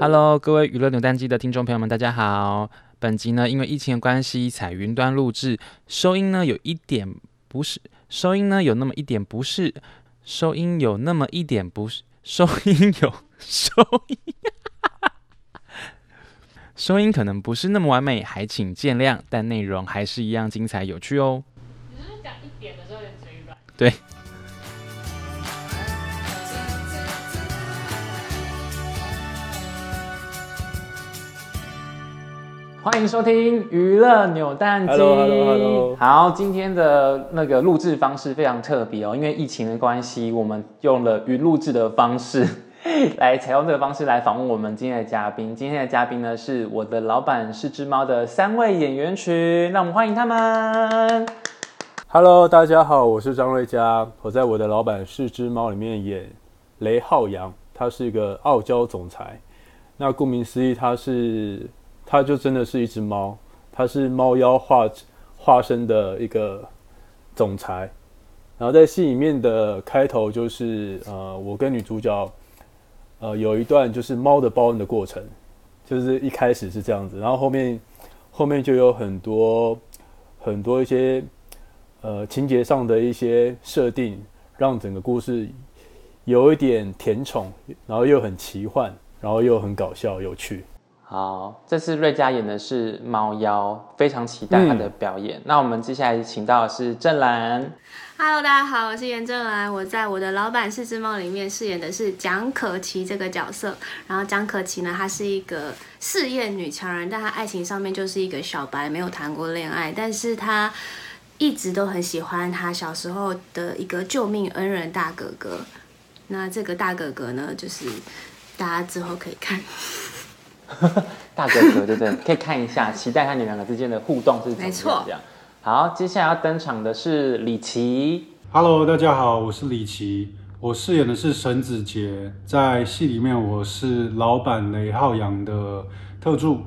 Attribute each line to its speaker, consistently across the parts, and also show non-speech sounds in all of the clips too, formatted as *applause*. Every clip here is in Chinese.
Speaker 1: Hello，各位娱乐扭蛋机的听众朋友们，大家好。本集呢，因为疫情的关系，采云端录制，收音呢有一点不是，收音呢有那么一点不是，收音有那么一点不是， *laughs* 收音有收音， *laughs* 收音可能不是那么完美，还请见谅，但内容还是一样精彩有趣哦。你是讲一点的时候有点嘴软？对。欢迎收听娱乐扭蛋机。
Speaker 2: Hello，hello，hello
Speaker 1: 好，今天的那个录制方式非常特别哦，因为疫情的关系，我们用了云录制的方式来采用这个方式来访问我们今天的嘉宾。今天的嘉宾呢是我的老板是只猫的三位演员群，让我们欢迎他们。
Speaker 2: Hello，大家好，我是张瑞佳，我在我的老板是只猫里面演雷浩洋，他是一个傲娇总裁。那顾名思义，他是他就真的是一只猫，他是猫妖化化身的一个总裁。然后在戏里面的开头就是呃，我跟女主角呃有一段就是猫的报恩的过程，就是一开始是这样子，然后后面后面就有很多很多一些呃情节上的一些设定，让整个故事有一点甜宠，然后又很奇幻，然后又很搞笑有趣。
Speaker 1: 好，这次瑞佳演的是猫妖，非常期待她的表演。那我们接下来请到的是郑兰，
Speaker 3: Hello，大家好，我是严正兰，我在我的老板是只猫里面饰演的是蒋可琪这个角色。然后蒋可琪呢，她是一个事业女强人，但她爱情上面就是一个小白，没有谈过恋爱，但是她一直都很喜欢她小时候的一个救命恩人大哥哥。那这个大哥哥呢，就是大家之后可以看， *laughs*
Speaker 1: 大哥哥，对不对？可以看一下，期待看你们两个之间的互动是怎么
Speaker 3: 没错
Speaker 1: 样这样。好，接下来要登场的是李琦。
Speaker 4: Hello，大家好，我是李琦，我饰演的是沈子杰，在戏里面我是老板雷浩洋的特助。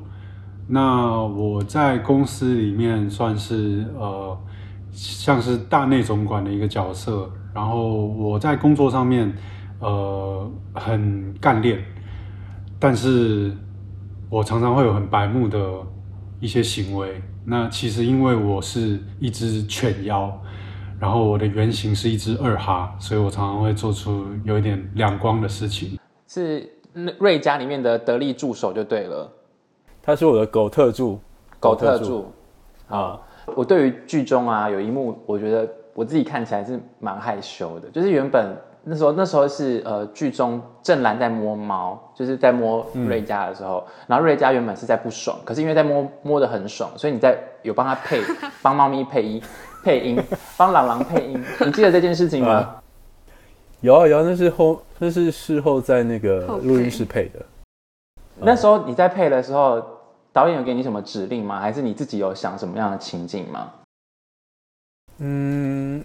Speaker 4: 那我在公司里面算是呃，像是大内总管的一个角色。然后我在工作上面呃很干练，但是我常常会有很白目的一些行为。那其实因为我是一只犬妖，然后我的原型是一只二哈，所以我常常会做出有一点两光的事情。
Speaker 1: 是瑞家里面的得力助手就对了，
Speaker 2: 他是我的狗特助，
Speaker 1: 狗特助。
Speaker 2: 啊，
Speaker 1: 我对于剧中啊有一幕，我觉得我自己看起来是蛮害羞的，就是原本那时候那时候是呃剧中郑兰在摸猫，就是在摸瑞佳的时候，然后瑞佳原本是在不爽，可是因为在摸摸的很爽，所以你在有帮他 *laughs* 配帮猫咪配音配音，帮朗朗配音，你记得这件事情吗？
Speaker 2: 有啊有啊，那是后那是事后在那个
Speaker 3: 后配
Speaker 2: 录音室配的。
Speaker 1: 那时候你在配的时候，导演有给你什么指令吗？还是你自己有想什么样的情境吗？
Speaker 2: 嗯，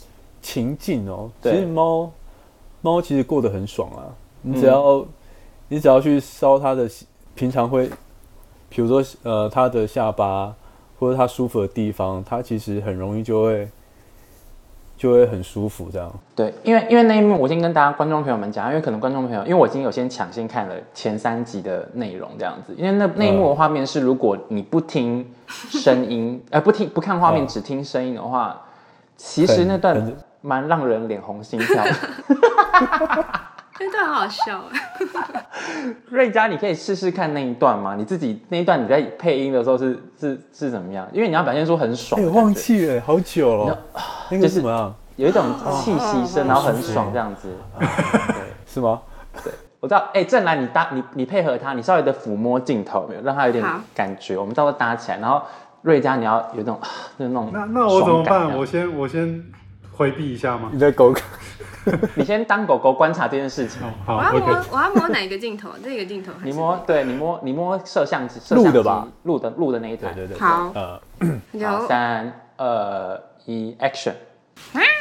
Speaker 2: *coughs* 情境哦，其
Speaker 1: 对
Speaker 2: 实猫猫其实过得很爽啊。你只要、你只要去烧它的，平常会，比如说呃它的下巴或者它舒服的地方，它其实很容易就会就会很舒服这样。
Speaker 1: 对，因为因为那一幕，我先跟大家观众朋友们讲，因为可能观众朋友，因为我已经有先抢先看了前三集的内容这样子，因为那那一幕的
Speaker 2: 嗯
Speaker 1: 画面是，如果你不听声音，呃，不听不看画面，
Speaker 2: 嗯
Speaker 1: 只听声音的话，其实那段
Speaker 2: 很很
Speaker 1: 蛮让人脸红心跳的。 *laughs*
Speaker 3: 那段很好笑哎。
Speaker 1: 瑞佳，你可以试试看那一段吗？你自己那一段你在配音的时候是是是怎么样？因为你要表现出很爽
Speaker 2: 哎、
Speaker 1: 的
Speaker 2: 我
Speaker 1: 感觉，
Speaker 2: 忘记了，好久了。那个
Speaker 1: 就是是
Speaker 2: 什么 *laughs* 啊？
Speaker 1: 有一种气息
Speaker 2: 哦
Speaker 1: 声，然后很爽这样子。
Speaker 2: 是吗？
Speaker 1: 我知道，哎、郑兰，你搭你你配合他，你稍微的抚摸镜头，有没有让他有点
Speaker 3: 好
Speaker 1: 感觉，我们到时候搭起来。然后瑞佳，你要有那种 *sighs* 啊，就是那种
Speaker 4: 那那我怎
Speaker 1: 爽感
Speaker 4: 么
Speaker 1: 这
Speaker 4: 办？
Speaker 1: 样
Speaker 4: 我先我先回避一下吗？
Speaker 2: 你的狗狗
Speaker 1: *laughs* 你先当狗狗观察这件事情。
Speaker 4: 哦，
Speaker 3: 我
Speaker 4: 好
Speaker 3: 要摸
Speaker 4: ，OK。，
Speaker 3: 我要摸哪个镜头？这个镜头还
Speaker 1: 你
Speaker 3: 是
Speaker 1: 摸，对你摸，你摸摄像机，摄
Speaker 2: 录
Speaker 1: 像
Speaker 2: 的
Speaker 1: 机
Speaker 2: 吧，
Speaker 1: 录的录的那一台。
Speaker 2: 对对
Speaker 3: 好
Speaker 2: 呃，
Speaker 1: 好，
Speaker 3: 有
Speaker 1: 三二一，action！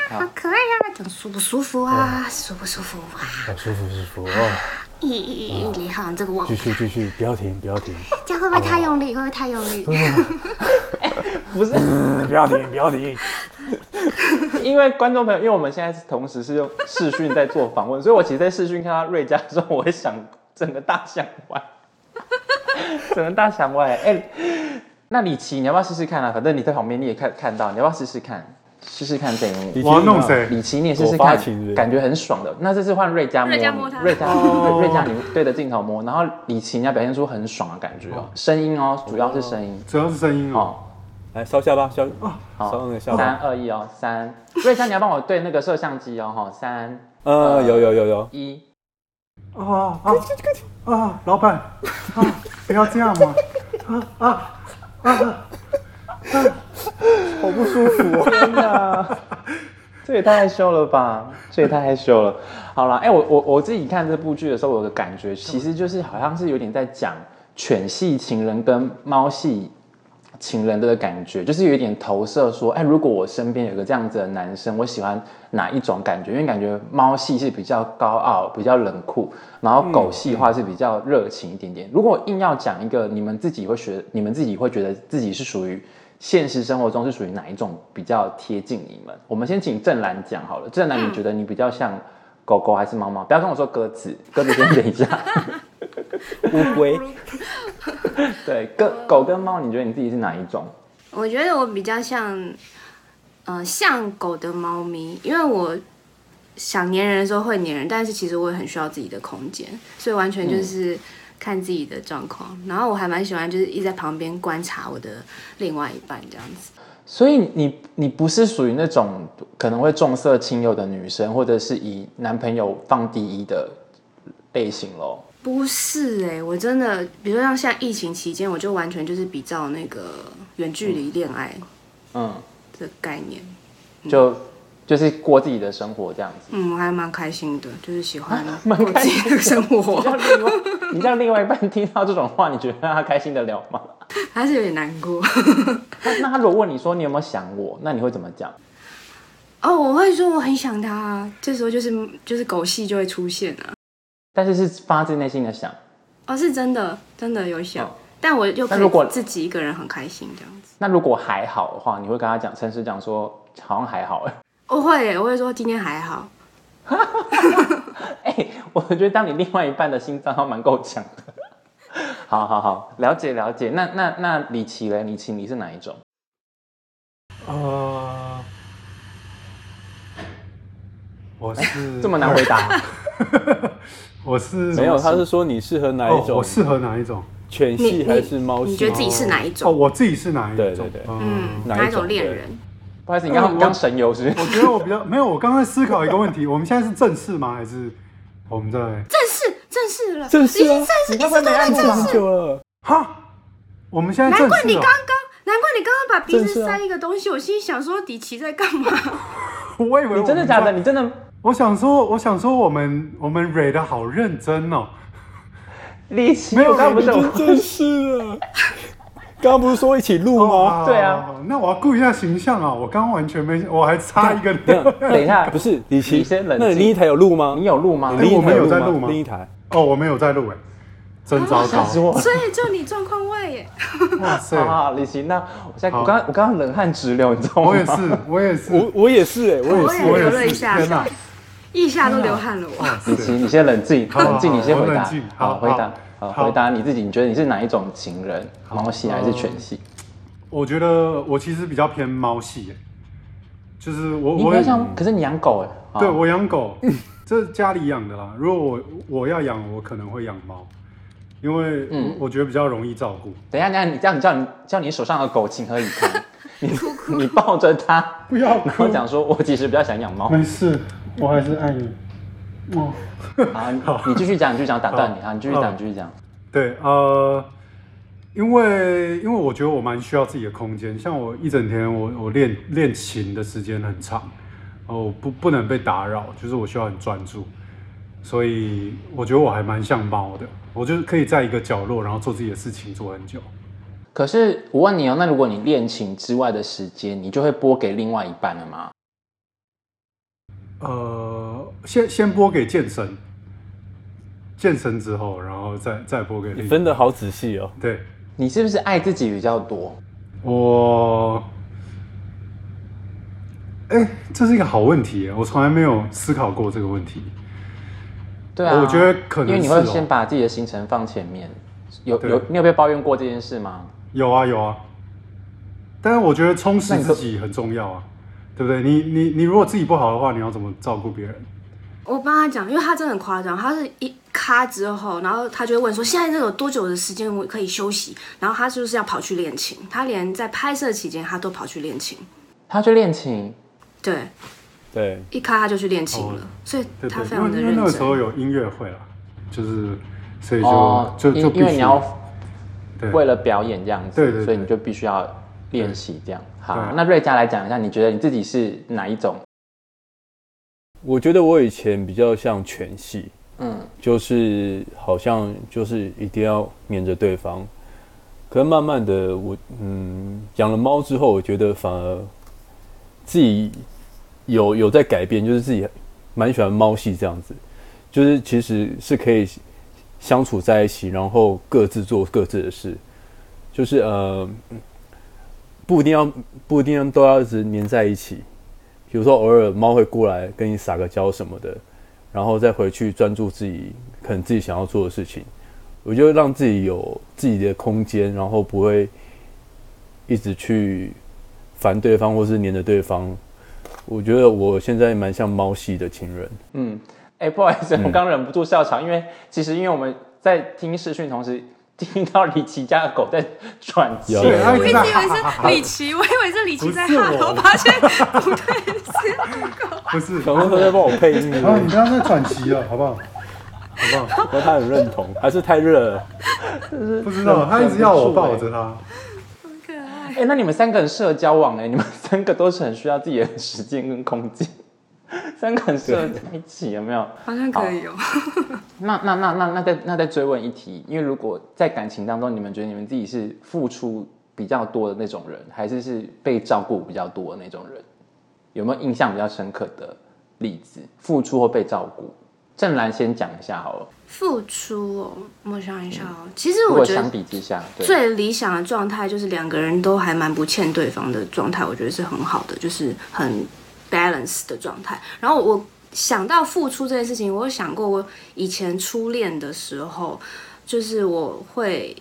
Speaker 3: 好啊可爱呀、讲舒不舒服啊？舒不舒服啊？
Speaker 2: 好舒服舒服哦，
Speaker 3: 咦咦咦！李浩这个网
Speaker 2: 继续继续，不要停不要停，
Speaker 3: 这样会不会太用力？会不会太用力？
Speaker 1: 不是，
Speaker 2: 不要停不要停。
Speaker 1: 因为观众朋友，因为我们现在是同时是用视讯在做访问，所以我其实，在视讯看到瑞佳的时候，我会想整个大响歪， *laughs* 整个大响歪。哎、那李琦，你要不要试试看啊？反正你在旁边你也看看到，你要不要试试看？试试看这一幕。
Speaker 4: 我要弄谁？
Speaker 1: 李琦，你也试试
Speaker 2: 我发
Speaker 1: 看
Speaker 2: 情人，
Speaker 1: 感觉很爽的。那这次换瑞佳摸
Speaker 3: 瑞
Speaker 1: 你，
Speaker 3: 佳摸他
Speaker 1: *laughs* 瑞佳，
Speaker 4: 哦
Speaker 1: 瑞佳你对着镜头摸，然后李琦你要表现出很爽的感觉哦，声音哦，主要是声音
Speaker 4: 主要是声音哦。
Speaker 1: 哦。
Speaker 2: *laughs* 来烧下巴，烧
Speaker 1: 好
Speaker 2: 烧那个下
Speaker 1: 三
Speaker 2: 巴。
Speaker 1: 二一哦，三，瑞佳你要帮我对那个摄像机哦，哈，三
Speaker 2: 呃，有有有有，
Speaker 1: 一，
Speaker 4: 啊啊啊！老板啊，不要这样嘛！
Speaker 1: 好不舒服、哦，天哪！ *laughs* 这也太害羞了吧，这也太害羞了。好了，哎、我我我自己看这部剧的时候，我有个感觉，其实就是好像是有点在讲犬系情人跟猫系情人的感觉，就是有一点投射说，哎、如果我身边有个这样子的男生，我喜欢哪一种感觉？因为感觉猫系是比较高傲、比较冷酷，然后狗系话是比较热情一点点。如果硬要讲一个，你们自己会学，你们自己会觉得自己是属于现实生活中是属于哪一种比较贴近你们？我们先请正兰讲好了。正兰，你觉得你比较像狗狗还是猫猫？不要跟我说鸽子，鸽子先等一下。
Speaker 2: 乌龟。
Speaker 1: 对，跟狗跟猫，你觉得你自己是哪一种？
Speaker 3: *laughs* 我觉得我比较像，呃，像狗的猫咪，因为我想粘人的时候会粘人，但是其实我也很需要自己的空间，所以完全就是看自己的状况。然后我还蛮喜欢，就是一直在旁边观察我的另外一半这样子。
Speaker 1: 所以你你不是属于那种可能会重色轻友的女生，或者是以男朋友放第一的类型喽？
Speaker 3: 不是哎、我真的，比如说像现在疫情期间，我就完全就是比照那个远距离恋爱
Speaker 1: 嗯，
Speaker 3: 的概念，
Speaker 1: 就就是过自己的生活这样子。
Speaker 3: 嗯，我还蛮开心的，就是喜欢
Speaker 2: 啊
Speaker 1: 蛮
Speaker 3: 过自己的生活， *laughs*
Speaker 1: 让另外你让另外一半听到这种话，你觉得让他开心得了吗？ *laughs*
Speaker 3: 还是有点难
Speaker 2: *laughs*
Speaker 3: 过。
Speaker 1: 那那他如果问你说你有没有想我，那你会怎么讲？
Speaker 3: 哦，我会说我很想他，啊这时候就是就是狗戏就会出现啊。
Speaker 1: 但是是发自内心的想。
Speaker 3: 哦，是真的，真的有想，
Speaker 1: 哦
Speaker 3: 但我又
Speaker 1: 那如
Speaker 3: 可
Speaker 1: 果
Speaker 3: 以自己一个人很开心这样子。
Speaker 1: 那如果还好的话，你会跟他讲，诚实讲说好像还好、欸。
Speaker 3: 我会耶，我会说今天还好。
Speaker 1: *laughs* 哎、我觉得当你另外一半的心脏还蛮够强的。 *laughs* 好好好，了解了解。那那那李琦嘞？李琦你是哪一种？
Speaker 4: *laughs* 呃，我是
Speaker 1: 这么难回答？
Speaker 4: *laughs* 我
Speaker 2: *laughs*
Speaker 4: 是
Speaker 2: 没有，他是说你适合哪
Speaker 4: 哦
Speaker 2: 一，
Speaker 4: 我
Speaker 2: 种？
Speaker 4: 适合哪一种？
Speaker 2: 犬
Speaker 3: 你
Speaker 2: 系还是
Speaker 3: 你
Speaker 2: 猫
Speaker 3: 你
Speaker 2: 系
Speaker 3: 觉？得自己是哪一
Speaker 4: 哦，
Speaker 3: 种？
Speaker 4: 我自己是哪一种？
Speaker 2: 对对对
Speaker 4: 嗯
Speaker 3: 嗯，，
Speaker 2: 哪一
Speaker 3: 哪一
Speaker 2: 种
Speaker 3: 种恋
Speaker 2: 对
Speaker 3: 人？
Speaker 1: 不好意思，你刚刚刚神游是不
Speaker 4: 我
Speaker 1: 是？
Speaker 4: 觉得我比较没有，我刚才思考一个问题，我们现在是正式吗？还是我们在
Speaker 3: 正式，正式了，
Speaker 2: 正式啊
Speaker 3: 已经正式，
Speaker 1: 你该不会没按
Speaker 3: 一直
Speaker 1: 过吧
Speaker 3: 都在正
Speaker 2: 很
Speaker 3: 式。
Speaker 2: 久了，
Speaker 4: 哈？我们现在
Speaker 3: 难
Speaker 4: 正
Speaker 3: 怪你
Speaker 4: 式
Speaker 3: 刚
Speaker 4: 哦
Speaker 3: 刚，难怪你刚刚把鼻
Speaker 2: 正式
Speaker 3: 子
Speaker 2: 啊
Speaker 3: 塞一个东西，我心里想说底奇在干
Speaker 4: *laughs*
Speaker 3: 嘛？
Speaker 4: 我以为
Speaker 1: 你
Speaker 4: 我们
Speaker 1: 真的假的？
Speaker 4: 在
Speaker 1: 你真的
Speaker 4: 我想说，我想说，我们我们蕊的好认真哦。
Speaker 1: 李琦？
Speaker 4: 没有
Speaker 1: 我刚刚不是
Speaker 4: 没有
Speaker 1: 我
Speaker 2: 真正式了。刚刚不是说一起录
Speaker 4: 哦
Speaker 2: 吗？
Speaker 1: 对啊，
Speaker 4: 那我要顾一下形象啊！我刚刚完全没，我还差一个。
Speaker 2: 等一下
Speaker 1: 等一下
Speaker 2: 不是李琦
Speaker 1: 你先，冷静
Speaker 2: 那你另一台有录吗
Speaker 1: 你？有录吗？
Speaker 2: 你
Speaker 4: 哎
Speaker 2: 另一
Speaker 4: 我
Speaker 2: 台
Speaker 4: 们有在
Speaker 2: 录
Speaker 4: 录吗
Speaker 2: 另一台
Speaker 4: 哦，我没有在录哎，真糟糕
Speaker 1: 吓！死我了！
Speaker 3: *laughs* 所以就你状况外耶。
Speaker 4: 哇塞
Speaker 1: 啊好，好，好李琦，那我现在
Speaker 4: 好
Speaker 1: 我刚我刚刚冷汗直流，你知道吗？
Speaker 4: 我也是，我也是，
Speaker 2: 我我也是哎，我也
Speaker 3: 我
Speaker 2: 是
Speaker 3: 也
Speaker 4: 我也
Speaker 3: 流
Speaker 4: 是
Speaker 3: 了一下
Speaker 4: 天哪
Speaker 3: 下，腋下都流汗了
Speaker 2: *laughs*
Speaker 3: 我。
Speaker 4: 哇
Speaker 1: 李琦，
Speaker 4: 塞！
Speaker 1: 你先冷静，
Speaker 4: 好好
Speaker 1: 冷静，
Speaker 4: 好
Speaker 1: 你先
Speaker 4: 我
Speaker 1: 回答
Speaker 4: 冷静，好
Speaker 1: 好，回答，
Speaker 4: 好
Speaker 1: 好，
Speaker 4: 好
Speaker 1: 回答你自己，你觉得你是哪一种情人？猫系还是犬系？
Speaker 4: 我觉得我其实比较偏猫系哎，就是我
Speaker 1: 你
Speaker 4: 我
Speaker 1: 不
Speaker 4: 也
Speaker 1: 要像，可是你养狗哎，好
Speaker 4: 对我养狗，这是家里养的啦。如果我我要养，我可能会养猫，因为
Speaker 1: 嗯
Speaker 4: 我我觉得比较容易照顾。
Speaker 1: 等一下，等一下，你这样，你叫你叫你手上的狗情何以
Speaker 4: *laughs*
Speaker 1: 堪？你你抱着它，
Speaker 4: 不要哭 *laughs*
Speaker 1: 然后讲说，我其实比较想养猫。啊
Speaker 4: 没事，我还是爱你。哦，
Speaker 1: 好，你你继续讲，你继续讲，打断你
Speaker 4: 好嗯
Speaker 1: 啊！你继续讲，
Speaker 4: 好
Speaker 1: 你继续讲。
Speaker 4: 对，呃，因为因为我觉得我蛮需要自己的空间，像我一整天我我练练琴的时间很长，哦，不不能被打扰，就是我需要很专注，所以我觉得我还蛮像猫的，我就是可以在一个角落，然后做自己的事情做很久。
Speaker 1: 可是我问你哦，那如果你恋情之外的时间，你就会拨给另外一半了吗？
Speaker 4: 呃，先先播给健身，健身之后，然后再再播给
Speaker 2: 你
Speaker 4: 另
Speaker 2: 分的好仔细哦。
Speaker 4: 对
Speaker 1: 你是不是爱自己比较多？
Speaker 4: 我，哎、这是一个好问题耶，我从来没有思考过这个问题。
Speaker 1: 对啊，
Speaker 4: 我觉得可能是
Speaker 1: 因
Speaker 4: 哦
Speaker 1: 为你会先把自己的行程放前面。有
Speaker 4: 对
Speaker 1: 有，你有被抱怨过这件事吗？
Speaker 4: 有啊有啊，但是我觉得充实
Speaker 1: 那你可
Speaker 4: 自己很重要啊，对不对？你你你如果自己不好的话，你要怎么照顾别人？
Speaker 3: 我帮他讲，因为他真的很夸张，他是一卡之后，然后他就会问说，现在这有多久的时间我可以休息？然后他就是要跑去练琴，他连在拍摄期间他都跑去练琴，
Speaker 1: 他去练琴，
Speaker 3: 对，
Speaker 2: 对，
Speaker 3: 一卡他就去练琴了，
Speaker 4: 哦
Speaker 3: 所以
Speaker 4: 对
Speaker 3: 他
Speaker 4: 对，
Speaker 3: 非
Speaker 4: 因
Speaker 3: 常的
Speaker 4: 为因为
Speaker 3: 认
Speaker 4: 那个时候
Speaker 3: 真。
Speaker 4: 有音乐会啦，啊就是所以就、
Speaker 1: 哦，
Speaker 4: 就
Speaker 1: 因
Speaker 4: 就必
Speaker 1: 因为
Speaker 4: 须
Speaker 1: 你要
Speaker 4: 对
Speaker 1: 为了表演这样子，
Speaker 4: 对对对
Speaker 1: 所以你就必须要练习这样。好，
Speaker 4: 对
Speaker 1: 那瑞佳来讲一下，你觉得你自己是哪一种？
Speaker 2: 我觉得我以前比较像犬系，
Speaker 1: 嗯，
Speaker 2: 就是好像就是一定要黏着对方。可是慢慢的我，嗯养了猫之后，我觉得反而自己有有在改变，就是自己蛮喜欢猫系这样子，就是其实是可以相处在一起，然后各自做各自的事，就是呃不一定要不一定都要一直黏在一起，比如说偶尔猫会过来跟你撒个娇什么的，然后再回去专注自己可能自己想要做的事情。我就让自己有自己的空间，然后不会一直去烦对方或是黏着对方。我觉得我现在蛮像猫系的情人，
Speaker 1: 嗯，哎、不好意思，
Speaker 4: 嗯
Speaker 1: 我刚忍不住笑场，因为其实因为我们在听视讯，同时听到李琦家的狗在喘气
Speaker 2: 有。
Speaker 4: 对，他一
Speaker 3: 我
Speaker 4: 直
Speaker 3: 一直
Speaker 4: 在
Speaker 3: 以为是李琦，我以为是李琦在哈
Speaker 4: 不是我
Speaker 3: 头，发现不对，是
Speaker 4: *laughs* 不是，
Speaker 2: 小说他在帮我配
Speaker 4: *laughs*
Speaker 2: 音，
Speaker 4: 啊，你不要再喘息了，好不好？好不好？
Speaker 2: 但他很认同，还是太热了。 *laughs*
Speaker 4: 不知道，他一直要我抱着他。
Speaker 3: 可爱。
Speaker 1: 哎、那你们三个很适合交往哎、你们三个都是很需要自己的时间跟空间，三个很适合在一起，有没有？
Speaker 3: 好像可以哦。
Speaker 1: 那那那那那再那再追问一题，因为如果在感情当中，你们觉得你们自己是付出比较多的那种人，还是是被照顾比较多的那种人？有没有印象比较深刻的例子？付出或被照顾？郑兰先讲一下好了。
Speaker 3: *laughs* 付出哦，我想一下哦。其实
Speaker 1: 如
Speaker 3: 我
Speaker 1: 果
Speaker 3: 觉得
Speaker 1: 相比之下，对，
Speaker 3: 最理想的状态就是两个人都还蛮不欠对方的状态，我觉得是很好的，就是很 balance 的状态。然后我想到付出这件事情，我有想过我以前初恋的时候，就是我会。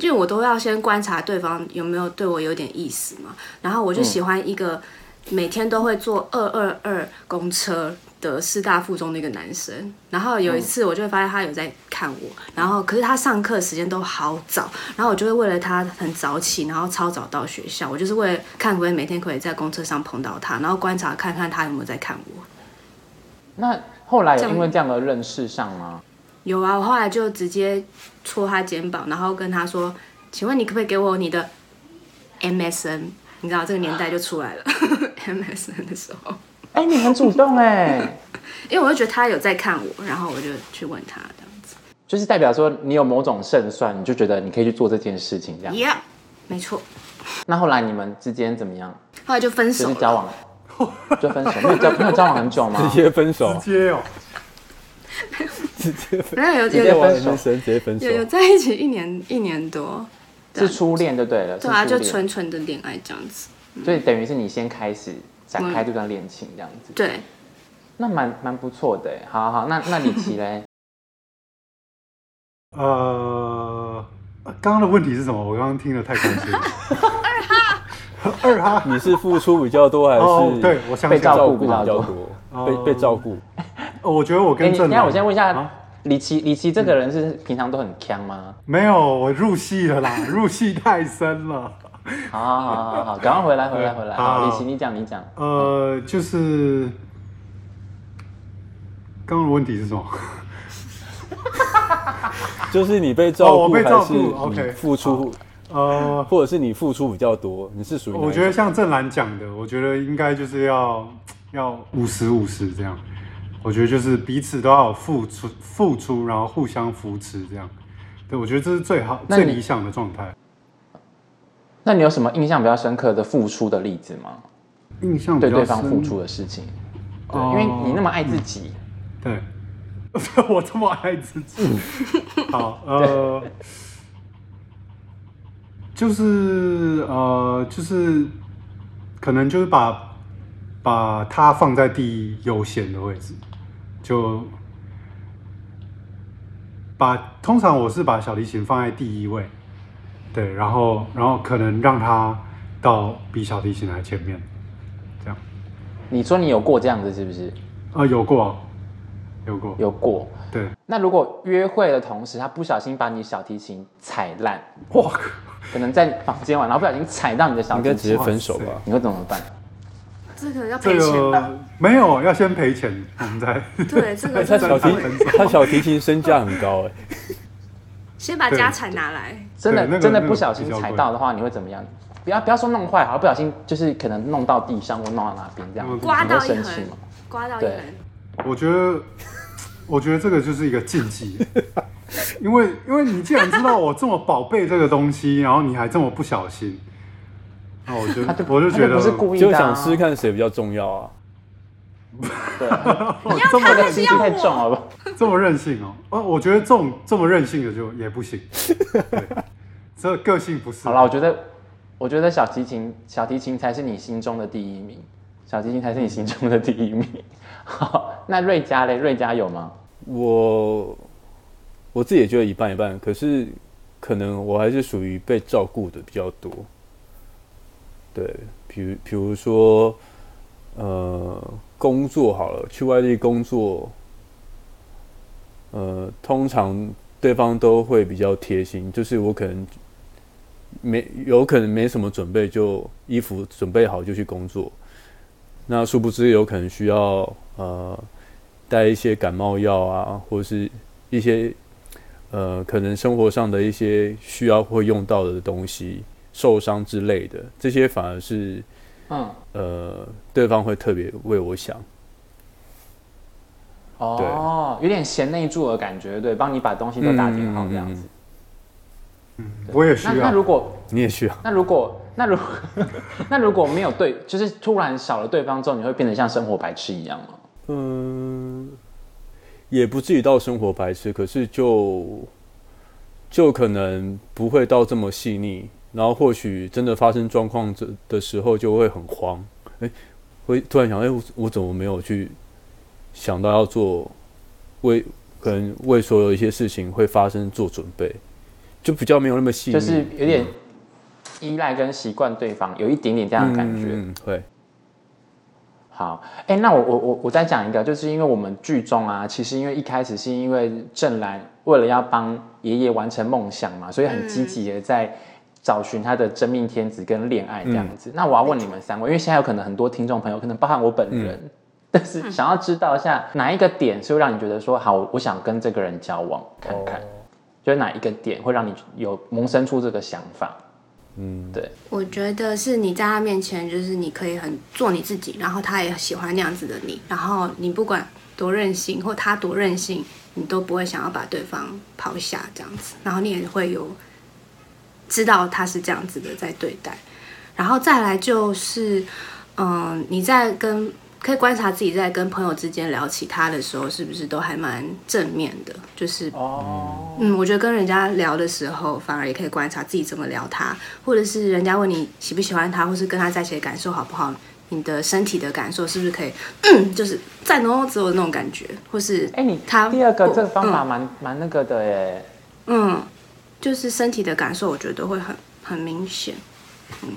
Speaker 3: 因为我都要先观察对方有没有对我有点意思嘛，然后我就喜欢一个每天都会坐二二二公车的师大附中的一个男生，然后有一次我就会发现他有在看我，然后可是他上课时间都好早，然后我就会为了他很早起，然后超早到学校，我就是为了看可不可以每天可以在公车上碰到他，然后观察看看他有没有在看我。
Speaker 1: 那后来
Speaker 3: 这
Speaker 1: 有
Speaker 3: 样
Speaker 1: 因为这样的认识上吗？
Speaker 3: 有啊，我后来就直接戳他肩膀，然后跟他说：“请问你可不可以给我你的 MSN？” 你知道这个年代就出来了 *laughs* ，MSN 的时候，
Speaker 1: 哎、你很主动哎、
Speaker 3: 因为我就觉得他有在看我，然后我就去问他这样子。
Speaker 1: 就是代表说你有某种胜算，你就觉得你可以去做这件事情这样。
Speaker 3: Yeah，没错。
Speaker 1: 那后来你们之间怎么样？
Speaker 3: 后来就分
Speaker 1: 就
Speaker 3: 手
Speaker 1: 是
Speaker 3: 了。
Speaker 1: 交往，
Speaker 3: *laughs*
Speaker 1: 就分手，没有交没有交往很久吗？
Speaker 2: 直接分手
Speaker 4: 直，接哦，
Speaker 2: 直接分，
Speaker 3: 没有有
Speaker 1: 接
Speaker 3: 有
Speaker 1: 分
Speaker 3: 有
Speaker 1: 手
Speaker 2: 直接分手
Speaker 3: 有，有在一起一年一年多，
Speaker 1: 是初恋就对了，
Speaker 3: 对啊，
Speaker 1: 是初
Speaker 3: 就
Speaker 1: 恋
Speaker 3: 纯纯的恋爱这样子。
Speaker 1: 所以等于是你先开始展开这段恋情这样子，
Speaker 3: 对，
Speaker 1: 那蛮蛮不错的耶。好好好，那那李琦嘞，
Speaker 4: 呃，刚刚的问题是什么？我刚刚听得太开心了。二哈，二哈，
Speaker 2: 你是付出比较多还
Speaker 4: 哦，对
Speaker 2: 是，
Speaker 4: 我想
Speaker 1: 被
Speaker 4: 起来
Speaker 1: 照
Speaker 4: 了
Speaker 2: 照
Speaker 1: 顾
Speaker 2: 顾比较多？
Speaker 4: 哦
Speaker 2: 被被照顾，
Speaker 4: 哦我觉得我
Speaker 1: 哎、
Speaker 4: 跟
Speaker 1: 你
Speaker 4: 郑
Speaker 1: 等一
Speaker 4: 楠，
Speaker 1: 下我先问一下
Speaker 4: 啊，
Speaker 1: 李琦，李琦这个人是平常都很强吗？
Speaker 4: 没有，我入戏
Speaker 1: *laughs*
Speaker 4: 了啦，入戏太深了。
Speaker 1: 好好好好好好，赶快回来回来回来。
Speaker 4: 好
Speaker 1: 好，李琦你讲你讲，
Speaker 4: 呃，就是刚刚的问题是什么？
Speaker 2: 就是你被照
Speaker 4: 哦我
Speaker 2: 顾
Speaker 4: 被照
Speaker 2: 还是
Speaker 4: 顾
Speaker 2: 你
Speaker 4: OK，
Speaker 2: 付出，
Speaker 4: 呃，
Speaker 2: 或者是你付出比较多？你是属于哪一种
Speaker 4: 我觉得像郑兰讲的，我觉得应该就是要要五十五十这样。我觉得就是彼此都要有付出付出，然后互相扶持这样。对，我觉得这是最好
Speaker 1: 那你
Speaker 4: 最理想的状态。
Speaker 1: 那你有什么印象比较深刻的付出的例子吗？
Speaker 4: 印象比
Speaker 1: 对
Speaker 4: 较
Speaker 1: 对方
Speaker 4: 深
Speaker 1: 付，出的事情，对，
Speaker 4: 哦
Speaker 1: 因为你那么爱自己，
Speaker 4: 对， *laughs* 我这么爱自己。
Speaker 1: 嗯
Speaker 4: *laughs* 好，呃， *laughs* 就是呃，就是可能就是把把他放在第一优先的位置，就把通常我是把小提琴放在第一位，对，然后然后可能让它到比小提琴还前面，这样
Speaker 1: 你说你有过这样子是不是？
Speaker 4: 啊、有过啊，有过，
Speaker 1: 有过。
Speaker 4: 对，
Speaker 1: 那如果约会的同时，他不小心把你小提琴踩烂，
Speaker 4: 哇，
Speaker 1: 可能在房间玩，然后不小心踩到你的小
Speaker 2: 应该
Speaker 1: 提
Speaker 2: 直接
Speaker 1: 琴，
Speaker 2: 分手吧？
Speaker 1: 你会怎么办？
Speaker 3: 这个要
Speaker 4: 这
Speaker 3: 赔钱吧？
Speaker 1: 啊
Speaker 4: 个没有要先赔钱，我们再
Speaker 3: *laughs* 对，这个真
Speaker 2: 他小
Speaker 3: 的
Speaker 2: 提
Speaker 4: 真的分手
Speaker 2: 他小提琴身价很高哎、
Speaker 3: 先把家产拿来，
Speaker 1: 真的、
Speaker 4: 那个
Speaker 1: 真的
Speaker 4: 那个
Speaker 1: 不小心
Speaker 4: 比较
Speaker 1: 踩
Speaker 4: 贵
Speaker 1: 到的话，你会怎么样？不要不要说弄坏，好像不小心就是可能弄到地上或弄到哪边这样，
Speaker 4: 嗯
Speaker 1: 你
Speaker 3: 刮
Speaker 1: 会
Speaker 3: 到一
Speaker 1: 生气
Speaker 3: 横
Speaker 1: 吗？，
Speaker 3: 刮到一
Speaker 1: 对
Speaker 3: 横，
Speaker 4: *laughs* 我觉得，我觉得这个就是一个禁忌，因为因为你既然知道我这么宝贝这个东西，然后你还这么不小心，那我就
Speaker 1: 他就
Speaker 4: 我就觉
Speaker 1: 他
Speaker 4: 得
Speaker 1: 不是故意的、
Speaker 2: 就
Speaker 1: 啊，
Speaker 2: 想试试看谁比较重要啊。
Speaker 1: 对啊，
Speaker 4: 这么嗯
Speaker 1: 这个
Speaker 4: 任
Speaker 1: 情绪太重了吧？
Speaker 4: 这么任性哦、哦，我觉得这种这么任性的就也不行，对，这个性不是
Speaker 1: 好了，我觉得，我觉得小提琴，小提琴才是你心中的第一名，小提琴才是你心中的第一名。 *laughs* 好，那瑞佳嘞，瑞佳有吗？
Speaker 2: 我我自己也觉得一半一半，可是可能我还是属于被照顾的比较多。对，比如比如说，呃，工作好了，去外地工作，呃，通常对方都会比较贴心，就是我可能没有可能没什么准备，就衣服准备好就去工作。那殊不知有可能需要呃带一些感冒药啊，或是一些呃可能生活上的一些需要会用到的东西，受伤之类的，这些反而是
Speaker 1: 嗯，
Speaker 2: 呃对方会特别为我想。
Speaker 1: 哦，有点贤内助的感觉，对，帮你把东西都打点好这样子。
Speaker 2: 嗯
Speaker 4: 我也需
Speaker 1: 那
Speaker 4: 要
Speaker 1: 那如果
Speaker 2: 你也需要，
Speaker 1: 那如果 *laughs* 那如那如果没有对，就是突然少了对方之后，你会变得像生活白痴一样吗？
Speaker 2: 嗯，也不至于到生活白痴，可是就就可能不会到这么细腻，然后或许真的发生状况这的时候就会很慌，哎，会突然想，哎，我我怎么没有去想到要做为可能为所有一些事情会发生做准备，就比较没有那么细腻，
Speaker 1: 就是有点依赖跟习惯对方，有一点点这样的感觉。
Speaker 2: 嗯，嗯会，
Speaker 1: 好，哎、那我我我我再讲一个，就是因为我们剧中啊，其实因为一开始是因为郑兰为了要帮爷爷完成梦想嘛，所以很
Speaker 3: 嗯
Speaker 1: 积极的在找寻他的真命天子跟恋爱这样子。那我要问你们三位，因为现在有可能很多听众朋友，可能包含我本人， *laughs* 但
Speaker 3: 嗯
Speaker 1: 是想要知道一下哪一个点是会让你觉得说好，我想跟这个人交往看看，就是哪一个点会让你有萌生出这个想法？嗯，对，
Speaker 3: 我觉得是你在他面前，就是你可以很做你自己，然后他也喜欢那样子的你，然后你不管多任性或他多任性，你都不会想要把对方抛下这样子，然后你也会有知道他是这样子的在对待，然后再来就是，嗯、你在跟可以观察自己在跟朋友之间聊起他的时候，是不是都还蛮正面的，就是
Speaker 1: 哦，
Speaker 3: 嗯，我觉得跟人家聊的时候，反而也可以观察自己怎么聊他，或者是人家问你喜不喜欢他，或是跟他在一起的感受好不好，你的身体的感受是不是可以，嗯就是再浓只有那种感觉，或是
Speaker 1: 哎、你
Speaker 3: 他
Speaker 1: 第二个
Speaker 3: 不
Speaker 1: 这个方法
Speaker 3: 嗯
Speaker 1: 蛮蛮、那个的耶。
Speaker 3: 嗯，就是身体的感受，我觉得会很很明显。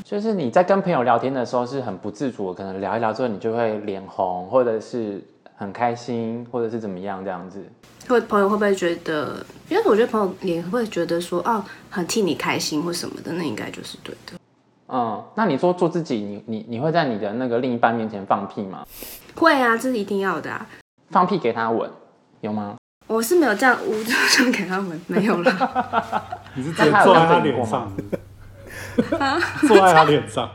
Speaker 1: 就是你在跟朋友聊天的时候是很不自主的，可能聊一聊之后你就会脸红，或者是很开心，或者是怎么样这样子。
Speaker 3: 会朋友会不会觉得，因为我觉得朋友也会觉得说，哦，很替你开心或什么的，那应该就是对的。
Speaker 1: 嗯，那你说做自己，你你你会在你的那个另一半面前放屁吗？
Speaker 3: 会啊，这是一定要的啊。
Speaker 1: 放屁给他吻，有吗？
Speaker 3: 我是没有这样无就想给他们没有啦。
Speaker 4: 你是直接坐在他脸上，
Speaker 1: *laughs*
Speaker 4: 坐在他脸上，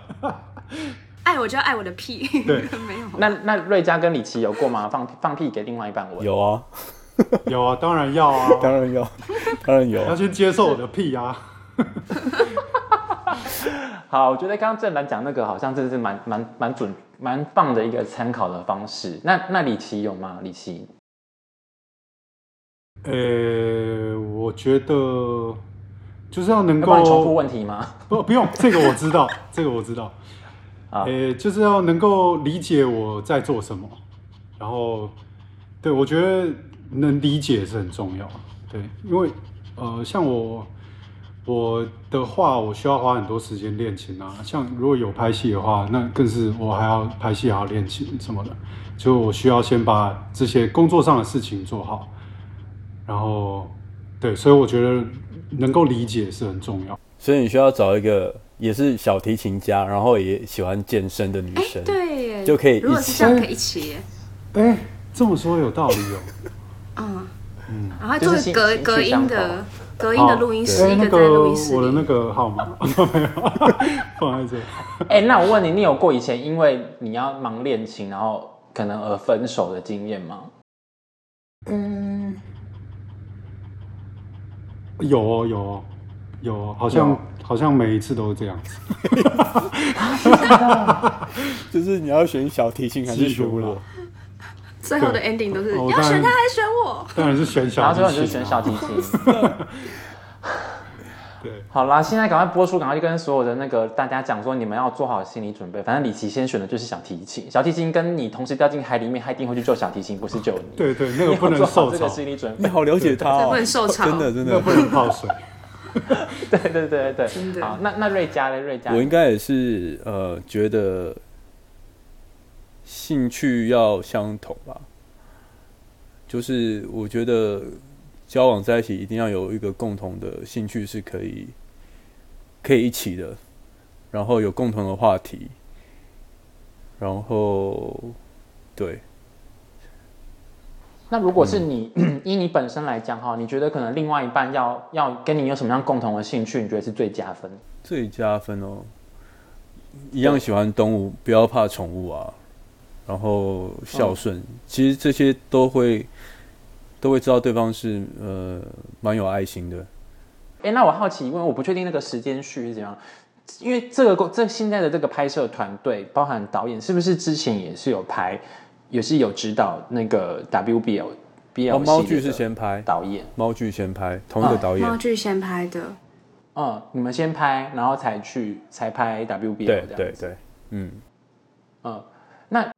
Speaker 3: 爱我就要爱我的屁，
Speaker 4: 对，
Speaker 3: *laughs* 没有。
Speaker 1: 那那瑞佳跟李琦有过吗？放放屁给另外一半吻？
Speaker 2: 有啊，
Speaker 4: 有啊，当然要啊，
Speaker 2: 当然有， *laughs* 当然有
Speaker 4: 要
Speaker 2: 啊，
Speaker 4: 先接受我的屁啊，
Speaker 1: 好，我觉得刚刚郑兰讲那个好像真的是蛮蛮蛮准蛮棒的一个参考的方式。那那李琦有吗？李琦
Speaker 4: 呃、我觉得就是要能
Speaker 1: 要帮你重复
Speaker 4: 够
Speaker 1: 问题吗？
Speaker 4: 不不用这个我知道，这个我知道，
Speaker 1: 好
Speaker 4: 呃，就是要能够理解我在做什么，然后对我觉得能理解是很重要，对，因为呃，像我我的话，我需要花很多时间练琴啊。像如果有拍戏的话，那更是我还要拍戏还要练琴什么的，就我需要先把这些工作上的事情做好，然后对，所以我觉得能够理解是很重要。
Speaker 2: 所以你需要找一个也是小提琴家，然后也喜欢健身的女
Speaker 3: 哎、
Speaker 2: 生，
Speaker 3: 对耶，
Speaker 2: 就可以一起
Speaker 3: 如果是这样可以一起耶，
Speaker 4: 哎，这么说有道理
Speaker 3: *laughs*
Speaker 4: 哦。
Speaker 3: 嗯
Speaker 4: 嗯
Speaker 3: 然后
Speaker 1: 就
Speaker 3: 做
Speaker 1: 是兴
Speaker 3: 隔
Speaker 1: 兴趣
Speaker 3: 隔音
Speaker 1: 相
Speaker 3: 的
Speaker 1: 投
Speaker 3: 隔音的录音室，
Speaker 4: 哎
Speaker 3: 一
Speaker 4: 那
Speaker 3: 个在录音室
Speaker 4: 我的
Speaker 3: 里
Speaker 4: 那个号码 *laughs* 没有放在这。
Speaker 1: 哎、那我问你，你有过以前因为你要忙恋情，然后可能而分手的经验吗？
Speaker 4: 嗯，有哦，有哦，有哦，好像
Speaker 1: 有
Speaker 4: 好像每一次都是这样。
Speaker 2: 就是你要选小提琴还是选我？
Speaker 3: 最后的 ending 都是
Speaker 4: 对哦
Speaker 3: 要
Speaker 4: 当然
Speaker 3: 选他还是选我？
Speaker 4: 当然是选
Speaker 1: 然
Speaker 4: 小
Speaker 1: 后
Speaker 4: 提
Speaker 1: 最后
Speaker 4: 琴、啊，
Speaker 1: 你就选小提琴。
Speaker 4: 对，
Speaker 1: 好啦，现在赶快播出，赶快去跟所有的那个大家讲说，你们要做好心理准备。反正李琦先选的就是小提琴，小提琴跟你同时掉进海里面，他一定会去救小提琴，不是救你。
Speaker 4: 对对，那个
Speaker 1: 你
Speaker 4: 不
Speaker 1: 要
Speaker 4: 能
Speaker 1: 做好
Speaker 4: 受
Speaker 1: 这
Speaker 4: 潮
Speaker 1: 个，心理准
Speaker 2: 你
Speaker 1: 备。 *laughs*
Speaker 2: 好了解他、
Speaker 3: 对
Speaker 2: 哦，
Speaker 3: 不能受潮
Speaker 2: 真的真
Speaker 4: 那
Speaker 2: 的
Speaker 4: 个。不能泡水。
Speaker 1: 对对对对
Speaker 3: 真
Speaker 1: 对。
Speaker 3: 的
Speaker 1: 好，那那瑞佳嘞，瑞佳，
Speaker 2: 我应该也是呃，觉得兴趣要相同吧。就是我觉得交往在一起一定要有一个共同的兴趣是可以可以一起的，然后有共同的话题，然后对，
Speaker 1: 那如果是你、 *clears throat* 以你本身来讲哈，你觉得可能另外一半要要跟你有什么样共同的兴趣，你觉得是最加分？
Speaker 2: 最加分哦，一样喜欢动物，不要怕宠物啊，然后孝顺，
Speaker 1: 嗯
Speaker 2: 其实这些都会都会知道对方是呃蛮有爱心的。
Speaker 1: 哎、那我好奇，因为我不确定那个时间序是怎样，因为这个工这现在的这个拍摄团队，包含导演，是不是之前也是有拍，也是有指导那个 WBL BL
Speaker 2: 哦，猫
Speaker 1: 系列
Speaker 2: 剧是
Speaker 1: 的
Speaker 2: 先拍，
Speaker 1: 导演，
Speaker 2: 猫剧先拍，同一个导演，
Speaker 1: 啊
Speaker 3: 猫剧先拍的，
Speaker 1: 嗯，你们先拍，然后才去才拍 WBL 这
Speaker 2: 对
Speaker 1: 样子，
Speaker 2: 对对，嗯，
Speaker 1: 嗯，那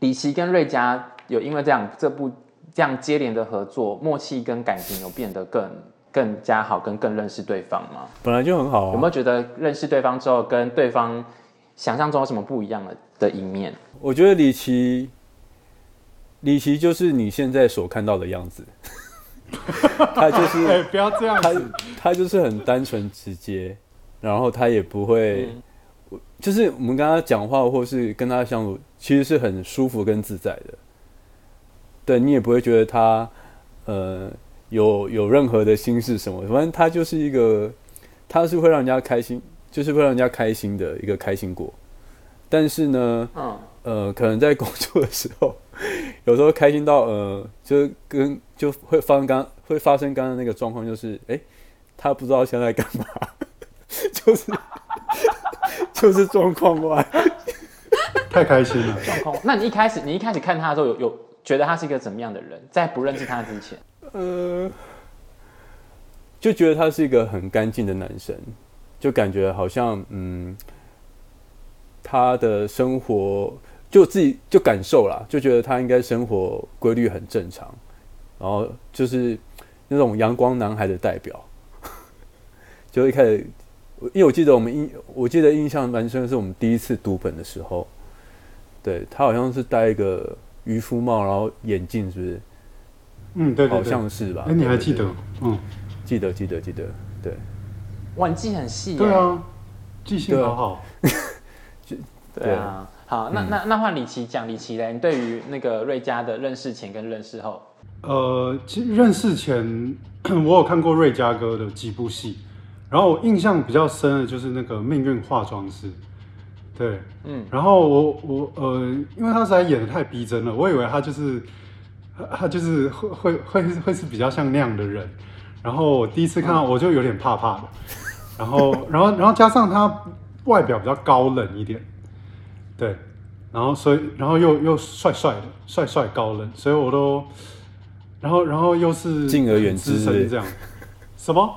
Speaker 1: 李琦跟瑞佳有因为这样这部这样接连的合作，默契跟感情有变得更更加好，跟更认识对方吗？
Speaker 2: 本来就很好
Speaker 1: 有没
Speaker 2: 啊。
Speaker 1: 有觉得认识对方之后，跟对方想象中有什么不一样的的一面？
Speaker 2: 我觉得李琦，李琦就是你现在所看到的样
Speaker 1: *laughs*
Speaker 2: 子，他就是
Speaker 4: 哎，不要这样
Speaker 2: 他
Speaker 4: 子。
Speaker 2: 他就是很单纯直接，然后他也不会，
Speaker 4: 嗯
Speaker 2: 就是我们跟他讲话或是跟他相处，其实是很舒服跟自在的。对你也不会觉得他呃有有任何的心事什么，反正他就是一个，他是会让人家开心，就是会让人家开心的一个开心果。但是呢，
Speaker 1: 嗯，
Speaker 2: 呃，可能在工作的时候，有时候开心到呃，就跟就会发生刚会发生刚刚那个状况，就是诶，他不知道现在干嘛， *laughs* 就是 *laughs* 就是状况外，
Speaker 4: 太开心了。
Speaker 1: 状况。哦那你一开始，你一开始看他的时候，有有觉得他是一个怎么样的人？在不认识他之前，
Speaker 2: 呃，就觉得他是一个很干净的男生，就感觉好像嗯，他的生活就自己就感受啦，就觉得他应该生活规律很正常，然后就是那种阳光男孩的代表。 *laughs* 就一开始，我因为我记得我们印，我记得印象蛮深的是我们第一次读本的时候，对他好像是戴一个渔夫帽，然后眼镜是不是？
Speaker 4: 嗯，对对对。
Speaker 2: 好像是吧？
Speaker 4: 哎，你还记
Speaker 2: 对
Speaker 4: 得
Speaker 2: 对？对
Speaker 4: 嗯，
Speaker 2: 记得，记得，记得，对，
Speaker 1: 哇，你记很细耶。
Speaker 4: 对啊，记性
Speaker 2: 对啊
Speaker 4: 好好。
Speaker 1: 对啊。好，那那那换李琦讲，李琦嘞，你对于那个瑞佳的认识前跟认识后，
Speaker 4: 呃，其实认识前 *clears throat* 我有看过瑞嘉哥的几部戏，然后我印象比较深的就是那个《命运化妆师》，对，
Speaker 1: 嗯，
Speaker 4: 然后我我呃，因为他实在演的太逼真了，我以为他就是他他就是会会会会是比较像那样的人，然后我第一次看到我就有点怕怕的，
Speaker 2: *laughs*
Speaker 4: 然后然后然后加上他外表比较高冷一点，对，然后所以然后又又帅帅的，帅帅高冷，所以我都，然后然后又是
Speaker 2: 敬而远之
Speaker 4: 资深这样，什么？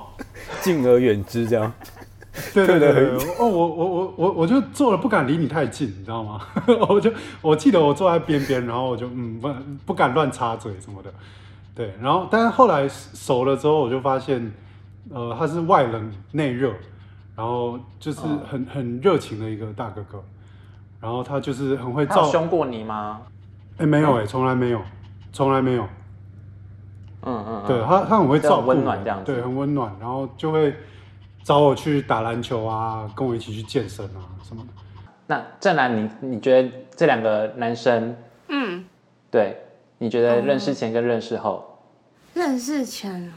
Speaker 2: 敬而远之这样。
Speaker 4: 对对对
Speaker 2: 对
Speaker 4: 对，哦，我我我我我就坐了，不敢离你太近，你知道吗？ *laughs* 我就我记得我坐在边边，然后我就嗯不不敢乱插嘴什么的，对，然后但是后来熟了之后，我就发现，呃，他是外冷内热，然后就是
Speaker 1: 嗯
Speaker 4: 很、很热情的一个大哥哥，然后他就是很会
Speaker 1: 他有嗯
Speaker 4: 照，
Speaker 1: 凶过你吗？
Speaker 4: 哎，没有哎、从来没有，从来没有，
Speaker 1: 嗯嗯，嗯
Speaker 4: 对，啊他，他很会
Speaker 1: 就
Speaker 4: 照
Speaker 1: 很
Speaker 4: 顾我，
Speaker 1: 温暖这样子
Speaker 4: 对，很温暖，然后就会找我去打篮球啊，跟我一起去健身啊什么的。
Speaker 1: 那正然，你你觉得这两个男生，
Speaker 3: 嗯，
Speaker 1: 对你觉
Speaker 4: 嗯
Speaker 1: 得认识前跟认识后，
Speaker 3: 认识前，啊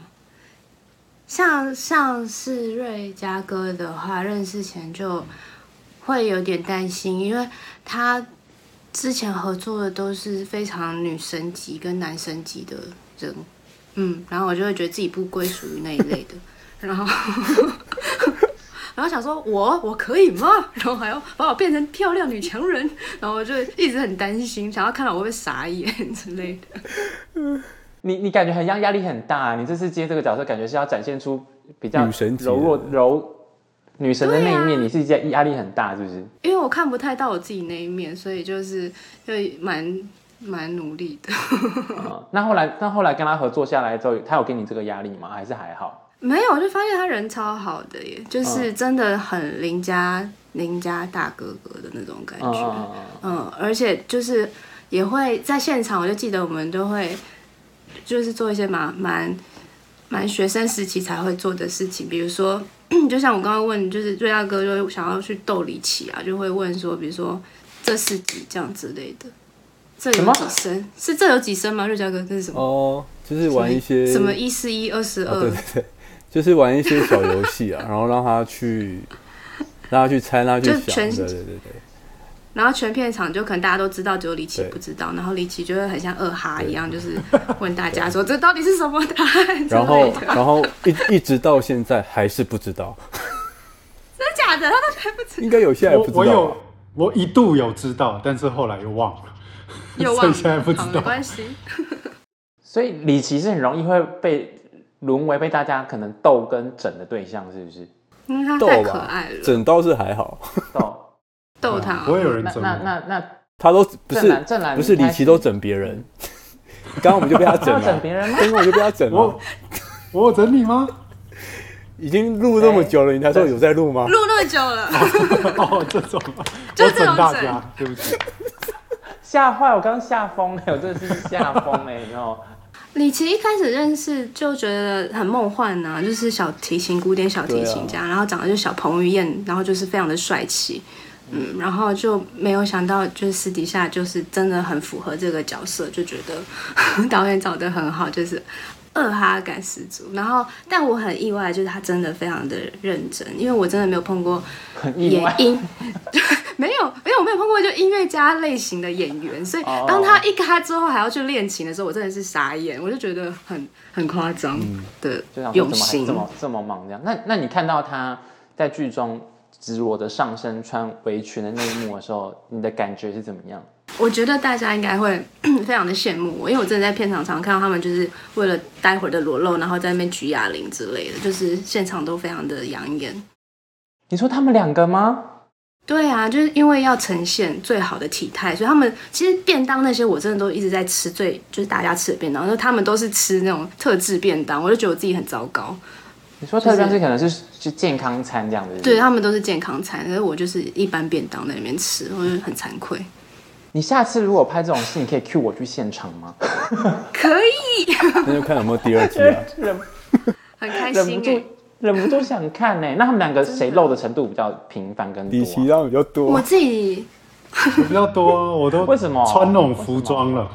Speaker 3: 像像是瑞嘉哥的话，认识前就会有点担心，因为他之前合作的都是非常女神级跟男神级的人，嗯，然后我就会觉得自己不归属于那一类的， *laughs* 然后然后想说我我可以吗？然后还要把我变成漂亮女强人，然后我就一直很担心，想要看到我会傻眼之类的。
Speaker 1: 你你感觉很像压力很大，啊你这次接这个角色，感觉是要展现出比较
Speaker 2: 女神级的
Speaker 1: 柔弱柔女神的那一
Speaker 3: 对
Speaker 1: 面，
Speaker 3: 啊
Speaker 1: 你是压压力很大，是不是？
Speaker 3: 因为我看不太到我自己那一面，所以就是就蛮蛮努力的。 *laughs*
Speaker 1: 嗯，那后来那后来跟他合作下来之后，他有给你这个压力吗？还是还好？
Speaker 3: 没有，我就发现他人超好的耶，就是真的很邻家邻家大哥哥的那种感
Speaker 1: 嗯
Speaker 3: 觉。
Speaker 1: 嗯嗯嗯
Speaker 3: 嗯，而且就是也会在现场，我就记得我们都会就是做一些蛮蛮蛮学生时期才会做的事情，比如说， *clears throat* 就像我刚刚问，就是瑞大哥就想要去斗里奇啊，就会问说，比如说这是几这样之类的，这
Speaker 1: 什
Speaker 3: 有
Speaker 1: 么
Speaker 3: 几升？是这有几升吗？瑞嘉哥这是什么？
Speaker 2: 哦，就是玩一些
Speaker 3: 什么一四一二十
Speaker 2: 哦，
Speaker 3: 二
Speaker 2: 对对，对，就是玩一些小游
Speaker 3: *laughs*
Speaker 2: 戏啊，然后让他去，让他去猜，让他去
Speaker 3: 就
Speaker 2: 想，
Speaker 3: 全
Speaker 2: 对对对对，
Speaker 3: 然后全片场就可能大家都知道，只有李琦
Speaker 2: 对
Speaker 3: 不知道，然后李琦就会很像二哈一样，
Speaker 2: *laughs*
Speaker 3: 就是问大家说这到底是什么答案之
Speaker 2: 然
Speaker 3: 类
Speaker 2: 后
Speaker 3: 的。
Speaker 2: 然后一一直到现在还是不知道，
Speaker 3: 真的假的？他到底还不
Speaker 4: *laughs*
Speaker 3: 知
Speaker 2: 应该有些还不
Speaker 4: 我我
Speaker 1: 啊
Speaker 2: 知道
Speaker 4: 有
Speaker 2: 吧。
Speaker 4: 我一度有知道，但是后来又忘了。
Speaker 3: 又
Speaker 4: *laughs* 所
Speaker 3: 忘
Speaker 4: 以现在
Speaker 3: 了，
Speaker 4: 不知
Speaker 3: 好，没
Speaker 4: 道
Speaker 3: 关系。
Speaker 1: 所以李琦是很容易会被沦为被大家可能斗跟整的对象，是不是？
Speaker 3: 因为他
Speaker 2: 逗
Speaker 3: 太可
Speaker 2: 吧
Speaker 3: 爱，了，
Speaker 2: 整倒是还好，
Speaker 1: 斗
Speaker 3: 逗他
Speaker 4: 不。会有人
Speaker 1: 那
Speaker 4: 整
Speaker 1: 那
Speaker 4: 我。
Speaker 1: 那那
Speaker 2: 他都不
Speaker 1: 正
Speaker 2: 是
Speaker 1: 然正然
Speaker 2: 不是李琦都整别人，刚刚我们就被他
Speaker 1: *laughs*
Speaker 2: 整
Speaker 1: 要
Speaker 2: 啊
Speaker 1: 啊整
Speaker 2: 了，
Speaker 1: 别人吗？
Speaker 2: 刚刚我就被他整了
Speaker 4: 我，我有整你吗？ *laughs*
Speaker 2: 已经录那么久了，你才说有在录吗？
Speaker 3: 录那么久了，
Speaker 4: *laughs* 哦，这种啊，
Speaker 3: 就
Speaker 4: 我
Speaker 3: 这种
Speaker 4: 整大
Speaker 3: 整
Speaker 4: 家，对不起。
Speaker 1: 吓坏我，刚吓疯了，我真的是吓疯了，你知道吗？
Speaker 3: 李琦一开始认识就觉得很梦幻呐、就是小提琴、古典小提琴家，
Speaker 4: 啊
Speaker 3: 然后长得就小彭于晏，然后就是非常的帅气，嗯，然后就没有想到就是私底下就是真的很符合这个角色，就觉得 *laughs* 导演找的很好，就是二哈感十足。然后，但我很意外，就是他真的非常的认真，因为我真的没有碰过
Speaker 1: 很意
Speaker 3: 演
Speaker 1: 外，
Speaker 3: 音， *laughs* 没有，没有，我没有碰过就音乐家类型的演员，所以
Speaker 1: 哦
Speaker 3: 当他一咔之后还要去练琴的时候，我真的是傻眼，我就觉得很很夸张的
Speaker 1: 嗯就想说
Speaker 3: 用
Speaker 1: 怎么
Speaker 3: 心
Speaker 1: 还。这么这么忙这样？那那你看到他在剧中指我的上身穿围裙的那一幕的时候，你的感觉是怎么样？
Speaker 3: 我觉得大家应该会 *clears throat* 非常的羡慕我，因为我真的在片场常看到他们就是为了待会儿的裸露，然后在那边举哑铃之类的，就是现场都非常的养眼。
Speaker 1: 你说他们两个吗？
Speaker 3: 对啊，就是因为要呈现最好的体态，所以他们其实便当那些我真的都一直在吃最就是大家吃的便当，然后他们都是吃那种特制便当，我就觉得我自己很糟糕。
Speaker 1: 你说特别是可能是是健康餐这样子，
Speaker 3: 对，他们都是健康餐，可是我就是一般便当在里面吃，我就很惭愧。
Speaker 1: 你下次如果拍这种戏，你可以 cue 我去现场吗？
Speaker 3: 可以，
Speaker 2: 那就看有没有第二季啊。
Speaker 1: 忍
Speaker 3: 很开
Speaker 1: 忍不
Speaker 3: 心哎、
Speaker 1: 住忍不住想看呢、欸那他们两个谁露的程度比较频繁跟多、啊
Speaker 2: 李琦让比较多
Speaker 3: 我，自己
Speaker 4: 我比较多啊，我都
Speaker 1: 为什么
Speaker 4: 穿那种服装了？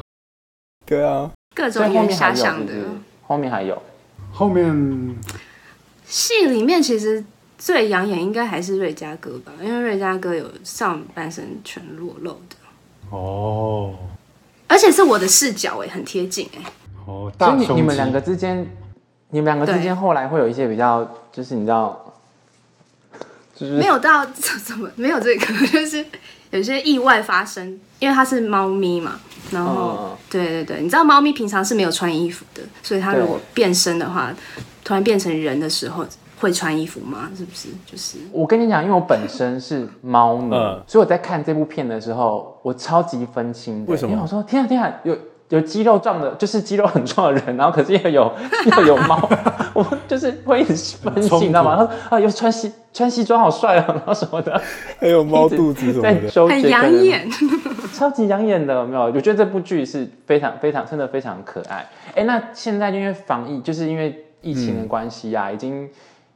Speaker 2: 对啊，
Speaker 3: 各
Speaker 1: 所
Speaker 3: 种
Speaker 1: 以后
Speaker 3: 眼
Speaker 1: 面还
Speaker 3: 遐
Speaker 1: 有，是
Speaker 3: 想
Speaker 1: 不
Speaker 3: 的
Speaker 1: 是后面还有。
Speaker 4: 后面
Speaker 3: 戏里面，其实最养眼应该还是瑞嘉哥吧，因为瑞嘉哥有上半身全裸露的，
Speaker 4: 哦
Speaker 3: 而且是我的视角哎、很贴近哎、
Speaker 4: 哦，
Speaker 1: 所以
Speaker 4: 大
Speaker 1: 你
Speaker 4: 胸
Speaker 1: 你们
Speaker 4: 肌
Speaker 1: 两个之间，你们两个之间后来会有一些比较，就是你知道，就是
Speaker 3: *laughs* 没有到怎么没有这个， *laughs* 就是有些意外发生，因为它是猫咪嘛，然后、
Speaker 1: 嗯嗯嗯
Speaker 3: 对对对，你知道猫咪平常是没有穿衣服的，所以它
Speaker 1: 对
Speaker 3: 如果变身的话，突然变成人的时候会穿衣服吗？是不是？就是
Speaker 1: 我跟你讲，因为我本身是猫奴，
Speaker 2: 嗯
Speaker 1: 所以我在看这部片的时候，我超级分心的。
Speaker 2: 为什么
Speaker 1: 因我说天啊天啊，有有肌肉壮的，就是肌肉很壮的人，然后可是又有 *laughs* 又有猫，我就是会一直分
Speaker 4: 冲
Speaker 1: 析，
Speaker 4: 突
Speaker 1: 你知道吗？他说啊，有穿西穿西装好帅哦，然后什么的，
Speaker 2: 还有猫
Speaker 1: 一直
Speaker 2: 肚子什么
Speaker 1: 在
Speaker 2: 的，
Speaker 1: 纠结
Speaker 3: 很养
Speaker 1: 哦可能
Speaker 3: 眼。
Speaker 1: 超级养眼的，有没有？我觉得这部剧是非常非常真的非常可爱。哎，那现在因为防疫，就是因为疫情的关系啊，已经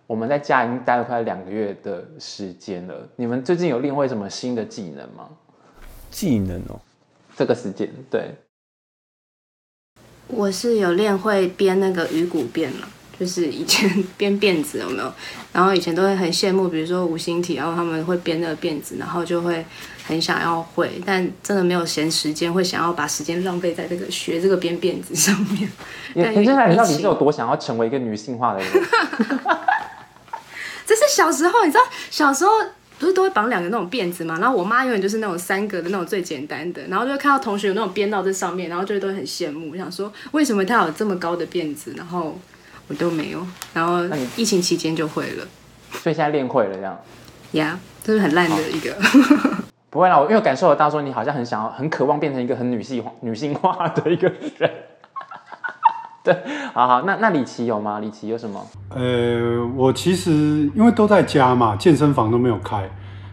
Speaker 1: 我们在家已经待了快两个月的时间了。你们最近有另外什么新的技能吗？
Speaker 2: 技能哦，
Speaker 1: 这个时间对，
Speaker 3: 我是有练会编那个鱼骨辫了，就是以前编辫子有没有？然后以前都会很羡慕，比如说五星体，然后他们会编那个辫子，然后就会很想要会，但真的没有闲时间，会想要把时间浪费在这个学这个编辫子上面。
Speaker 1: 你
Speaker 3: 但
Speaker 1: 你现在你
Speaker 3: 疫
Speaker 1: 到底
Speaker 3: 情
Speaker 1: 是有多想要成为一个女性化的人？
Speaker 3: 这是小时候，你知道小时候。不是都会绑两个那种辫子嘛，然后我妈永远就是那种三个的那种最简单的，然后就会看到同学有那种编到这上面，然后就会都会很羡慕，想说为什么她有这么高的辫子，然后我都没有，然后
Speaker 1: 那你
Speaker 3: 疫情期间就会了，
Speaker 1: 所以现在练会了这样。
Speaker 3: 呀、这是很烂的一个，
Speaker 1: 不会啦，我因为我感受得到说你好像很想要、很渴望变成一个很女性化、 *laughs* 女性化的一个人。对，好好，那那李琦有吗？李琦有什么？
Speaker 4: 呃，我其实因为都在家嘛，健身房都没有开，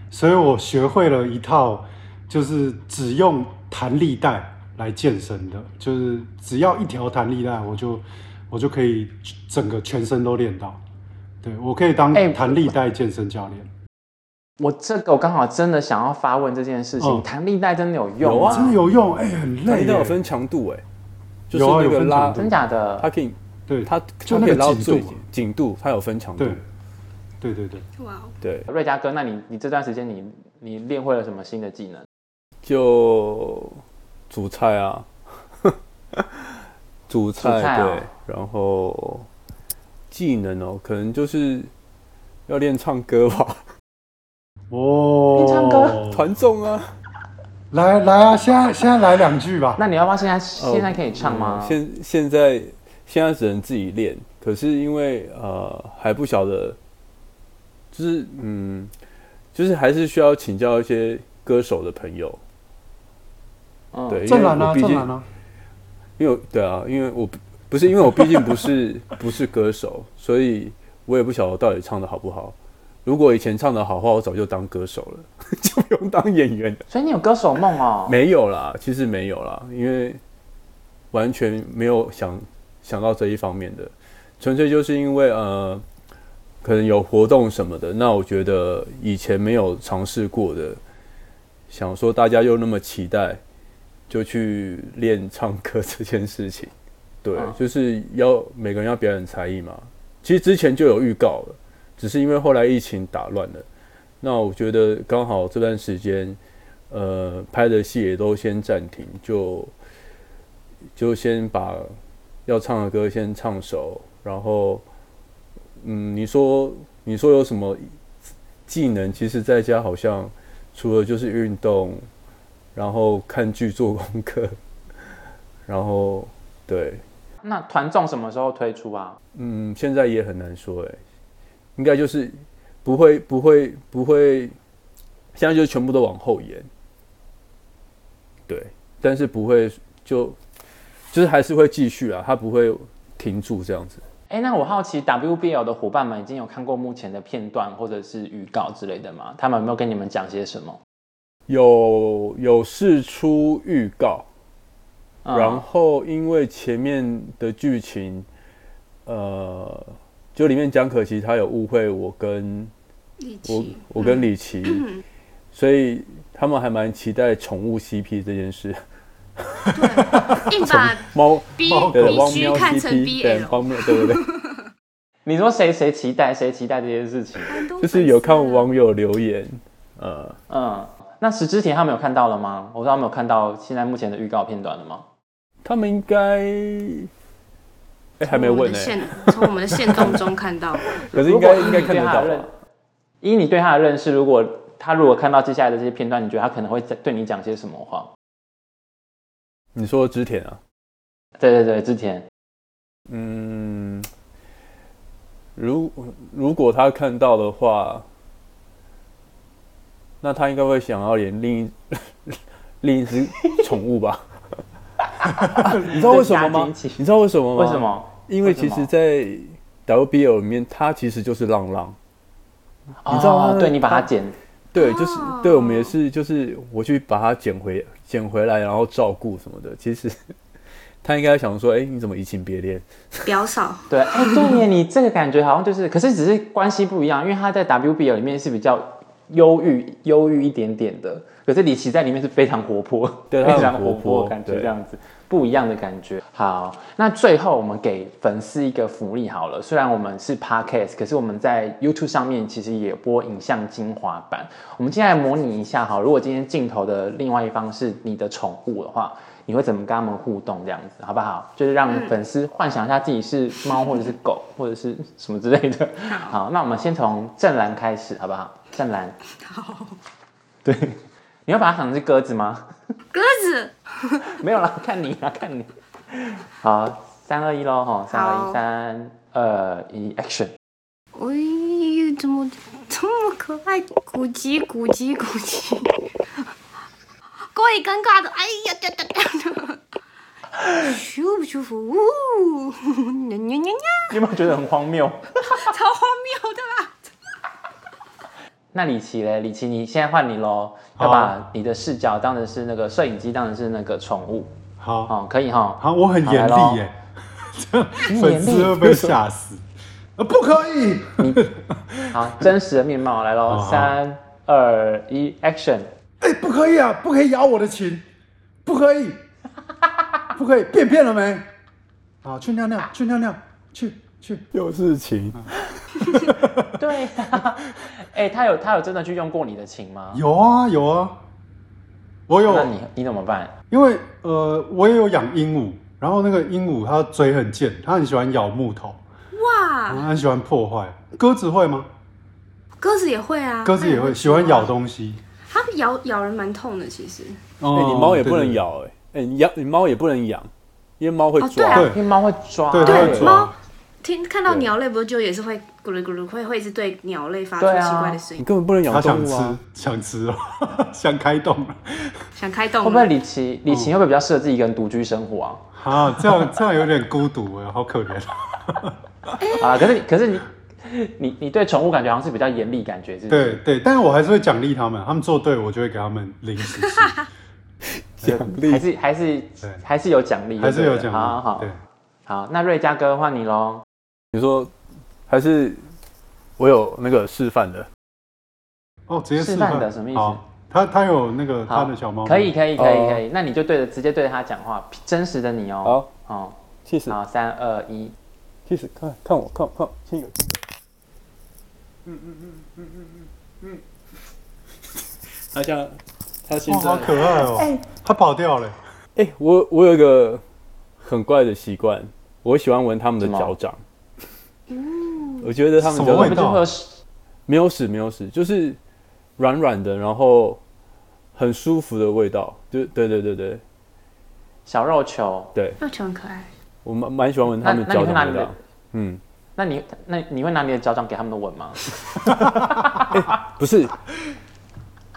Speaker 4: 所以我学会了一套，就是只用弹力带来健身的，就是只要一条弹力带，我就我就可以整个全身都练到。对我可以当
Speaker 1: 哎
Speaker 4: 弹力带健身教练，
Speaker 1: 我这个我刚好真的想要发问这件事情，
Speaker 4: 嗯
Speaker 1: 弹力带真的有用
Speaker 2: 有
Speaker 1: 吗？
Speaker 2: 啊
Speaker 4: 真的有用，哎、很
Speaker 2: 它
Speaker 4: 累
Speaker 2: 一
Speaker 4: 耶。
Speaker 2: 定有分强度哎，就
Speaker 4: 有啊
Speaker 2: 是那
Speaker 4: 有
Speaker 2: 个
Speaker 4: 分
Speaker 2: 拉
Speaker 4: 强，
Speaker 1: 真假的？
Speaker 2: 它可以
Speaker 4: 对，
Speaker 2: 它
Speaker 4: 就
Speaker 2: 它
Speaker 4: 那
Speaker 2: 可以
Speaker 4: 个
Speaker 2: 拉到
Speaker 4: 紧
Speaker 2: 最
Speaker 4: 度嘛，
Speaker 2: 紧度，它有分强度
Speaker 4: 对，，对对对。
Speaker 3: 哇哦，
Speaker 2: 对，
Speaker 1: 瑞嘉哥，那你你这段时间你你练会了什么新的技能？
Speaker 2: 就煮菜啊， *laughs* 煮菜啊
Speaker 1: 煮菜哦
Speaker 2: 对，然后技能哦，可能就是要练唱歌吧，
Speaker 4: 哦，
Speaker 1: 你唱歌
Speaker 2: 团综啊，
Speaker 4: 来来啊，现在现在来两句吧。
Speaker 1: 那你要不要现在、
Speaker 2: 哦
Speaker 1: 现在可以唱吗？
Speaker 2: 嗯现现在现在只能自己练，可是因为呃还不晓得，就是嗯，就是还是需要请教一些歌手的朋友，
Speaker 1: 嗯
Speaker 2: 对，
Speaker 4: 正
Speaker 2: 因为
Speaker 4: 然啊，
Speaker 2: 我毕
Speaker 4: 正
Speaker 2: 竟
Speaker 4: 然啊，
Speaker 2: 因为我对啊，因为我不不是因为我毕竟不是 *laughs* 不是歌手，所以我也不晓得我到底唱的好不好。如果以前唱的好的话，我早就当歌手了， *laughs* 就不用当演员了。
Speaker 1: 所以你有歌手梦哦。
Speaker 2: 没有啦，其实没有啦，因为完全没有想想到这一方面的，纯粹就是因为呃，可能有活动什么的，那我觉得以前没有尝试过的，想说大家又那么期待，就去练唱歌这件事情，对，
Speaker 1: 嗯
Speaker 2: 就是要每个人要表演才艺嘛。其实之前就有预告了，只是因为后来疫情打乱了。那我觉得刚好这段时间呃，拍的戏也都先暂停，就就先把要唱的歌先唱熟，然后，嗯，你说你说有什么技能？其实在家好像除了就是运动，然后看剧做功课，然后对，
Speaker 1: 那团综什么时候推出啊？
Speaker 2: 嗯，现在也很难说哎，应该就是不会不会不会，现在就全部都往后延。对，但是不会就就是还是会继续啊，它不会停住这样子。
Speaker 1: 哎，那我好奇 WBL 的伙伴们已经有看过目前的片段或者是预告之类的吗？他们有没有跟你们讲些什么？
Speaker 2: 有有试出预告，
Speaker 1: 嗯
Speaker 2: 然后因为前面的剧情，呃，就里面蒋可琪她有误会我跟
Speaker 3: 力
Speaker 2: 我
Speaker 3: 气，
Speaker 2: 我跟李琦，所以他们还蛮期待宠物 CP 这件事， *laughs*
Speaker 3: 硬把
Speaker 2: 猫
Speaker 3: B
Speaker 2: 对
Speaker 3: B
Speaker 2: 汪
Speaker 3: G
Speaker 2: 喵
Speaker 3: 看成
Speaker 2: CP 对
Speaker 3: BL，
Speaker 2: 汪喵对对对，
Speaker 1: 你说谁谁期待谁期待这件事情？
Speaker 2: *laughs* 就是有看网友留言，呃，
Speaker 1: 嗯，那石之田他们有看到了吗？我说他们有看到现在目前的预告片段了吗？
Speaker 2: 他们应该哎还没
Speaker 3: 从我们
Speaker 2: 问呢
Speaker 3: 的，线啊从我们的线动中看到，
Speaker 2: 可是
Speaker 1: 如果
Speaker 2: 应该
Speaker 1: 以
Speaker 2: 应
Speaker 1: 你
Speaker 2: 该看
Speaker 1: 对
Speaker 2: 得
Speaker 1: 他
Speaker 2: 到啊
Speaker 1: 的认
Speaker 2: 吧，，
Speaker 1: 以你对他的认识，如果他如果看到接下来的这些片段，你觉得他可能会在对你讲些什么话？
Speaker 2: 你说织田啊，
Speaker 1: 对对对，之前
Speaker 2: 嗯，如如果他看到的话， *laughs* 那他应该会想要演另一另一只宠物吧。你知道为什么吗
Speaker 1: 加？进去
Speaker 2: 你知道为什么吗？
Speaker 1: 为什？么？
Speaker 2: 因为其实，在 WBL 里面，他其实就是浪浪。你知道吗
Speaker 1: 哦对你把它剪，
Speaker 2: 对，就是
Speaker 3: 哦
Speaker 2: 对我们也是，就是我去把它捡回捡回来，然后照顾什么的。其实 *laughs* 他应该想说，哎、你怎么移情别恋？
Speaker 3: 表嫂
Speaker 1: 对，哎，对耶，你这个感觉好像就是，可是只是关系不一样，因为他在 WBL 里面是比较忧郁、忧郁一点点的，可是李琦在里面是非常活泼，
Speaker 2: 对他
Speaker 1: 非
Speaker 2: 很
Speaker 1: 常
Speaker 2: 活
Speaker 1: 活
Speaker 2: 泼
Speaker 1: 的感觉
Speaker 2: 对
Speaker 1: 这样子，不一样的感觉。好，那最后我们给粉丝一个福利好了，虽然我们是 Podcast，可是我们在 YouTube 上面其实也播影像精华版，我们今天来模拟一下哈，如果今天镜头的另外一方是你的宠物的话。你会怎么跟他们互动？这样子好不好？就是让粉丝幻想一下自己是猫或者是狗或者是什么之类的。好，那我们先从正蓝开始，好不好？正蓝，
Speaker 3: 好
Speaker 1: 对，你要把它想成是鸽子吗？
Speaker 3: 鸽子，
Speaker 1: *laughs* 没有啦，看你啊，看你。好，三二一喽，吼，三二
Speaker 3: 好
Speaker 1: 一，三二一，Action！
Speaker 3: 喂，怎么这么可爱？咕叽咕叽咕叽，各位尴尬的，哎呀，哒哒哒哒，舒不舒服？呜，nha nha nha nha，
Speaker 1: 你有没有觉得很荒谬？
Speaker 3: 超荒谬的吧？
Speaker 1: 那李琦嘞？李琦，你现在换你喽，要
Speaker 4: 好啊
Speaker 1: 把你的视角当成是那个摄影机，当成是那个宠物，
Speaker 4: 好，
Speaker 1: 哦，可以哈。
Speaker 4: 好，我很
Speaker 1: 好
Speaker 4: 严
Speaker 1: 来咯
Speaker 4: 厉耶，这样
Speaker 1: 你
Speaker 4: 粉
Speaker 1: 严
Speaker 4: 丝
Speaker 1: 厉
Speaker 4: 会被吓死。啊，不可
Speaker 1: *laughs*
Speaker 4: 以！
Speaker 1: 好，真实的面貌来喽
Speaker 4: 哦好，好
Speaker 1: 三二一，Action！
Speaker 4: *laughs* 哎，不可以啊，不可以咬我的琴，不可
Speaker 1: *laughs*
Speaker 4: 以，不可以，便便了没？好，去尿尿，去尿尿，去去。
Speaker 2: 又是情，
Speaker 1: 对啊，哎、他有他有真的去用过你的琴吗？
Speaker 4: 有啊有啊，我有
Speaker 1: 那，你你怎么办？
Speaker 4: 因为呃，我也有养鹦鹉，然后那个鹦鹉它嘴很贱，它很喜欢咬木头，它
Speaker 1: 啊
Speaker 3: 哇，
Speaker 4: 很喜欢破坏。鸽子会吗？
Speaker 3: 鸽子也会啊，
Speaker 4: 鸽子也会喜欢咬东西。
Speaker 3: 它咬咬人蛮痛的，其实。
Speaker 2: 哎、
Speaker 4: 哦
Speaker 2: 你猫也不能
Speaker 4: 对
Speaker 2: 咬、哎，哎、你养你猫也不能养，因为猫会
Speaker 3: 哦对
Speaker 2: 抓。
Speaker 3: 啊
Speaker 4: 对
Speaker 1: 因为猫会抓，欸
Speaker 4: 对它会
Speaker 3: 对，
Speaker 4: 抓
Speaker 3: 猫听看到
Speaker 2: 对
Speaker 3: 鸟类，不是就也是会咕噜咕噜，会会一直对鸟类发出
Speaker 1: 对啊
Speaker 3: 奇怪的声
Speaker 2: 你
Speaker 3: 音，
Speaker 2: 根本不能
Speaker 4: 它
Speaker 2: 养动
Speaker 4: 想
Speaker 2: 物
Speaker 4: 吃
Speaker 2: 啊！，
Speaker 4: 想吃哦， *laughs* 想开动了
Speaker 3: 想开
Speaker 1: 会
Speaker 3: 动
Speaker 1: 不会
Speaker 3: 了。
Speaker 1: 李琦？李
Speaker 4: 嗯
Speaker 1: 琦会不会比较适合自己一个人独居生活啊？
Speaker 4: 啊！这样这样有点孤独哎，好可怜。
Speaker 1: 啊，可是你可是你你你对宠物感觉好像是比较严厉，感觉是不是？
Speaker 4: 对对，但是我还是会奖励他们，他们做对我就会给他们零食
Speaker 1: *laughs*
Speaker 2: *laughs* 奖
Speaker 4: 吃，
Speaker 2: 励
Speaker 1: 还是还是
Speaker 4: 对
Speaker 1: 还是有奖励，
Speaker 4: 还是有奖
Speaker 1: 对不对
Speaker 4: 励。
Speaker 1: 好好好
Speaker 4: 对，
Speaker 1: 好，那瑞嘉哥换你喽。
Speaker 2: 你说还是我有那个示范的，
Speaker 4: 哦，直接
Speaker 1: 示
Speaker 4: 示
Speaker 1: 范
Speaker 4: 范
Speaker 1: 的什么意思
Speaker 4: 好，他他有那个
Speaker 1: 好
Speaker 4: 他的小猫，
Speaker 1: 可以。可以可以可
Speaker 2: 哦
Speaker 1: 以，那你就对着直接对着他讲话，真实的你哦。好，哦，
Speaker 2: 气死
Speaker 1: 好，三二一。
Speaker 2: 气死！看看我，看我看我，亲一个，亲一个。嗯嗯嗯嗯嗯嗯嗯。他像他现
Speaker 4: 哇，好可爱哦！它跑掉了。
Speaker 2: 哎、我我有一个很怪的习惯，我喜欢闻他们的脚掌。 *laughs* 我觉得他们
Speaker 4: 什么
Speaker 2: 脚
Speaker 1: 我
Speaker 4: 味啊
Speaker 2: 掌
Speaker 1: 们就会有屎
Speaker 2: 没有屎，没有屎，就是软软的，然后很舒服的味道。就对对对对
Speaker 1: 小肉球。
Speaker 2: 对，
Speaker 3: 肉球很可爱，
Speaker 2: 我蛮蛮喜欢闻他
Speaker 1: 那
Speaker 2: 们
Speaker 1: 那
Speaker 2: 脚
Speaker 1: 你会
Speaker 2: 掌
Speaker 1: 拿
Speaker 2: 的
Speaker 1: 你
Speaker 2: 味道
Speaker 1: 的。？
Speaker 2: 嗯，
Speaker 1: 那你那你会拿你的脚掌给他们的吻吗？
Speaker 2: 不是，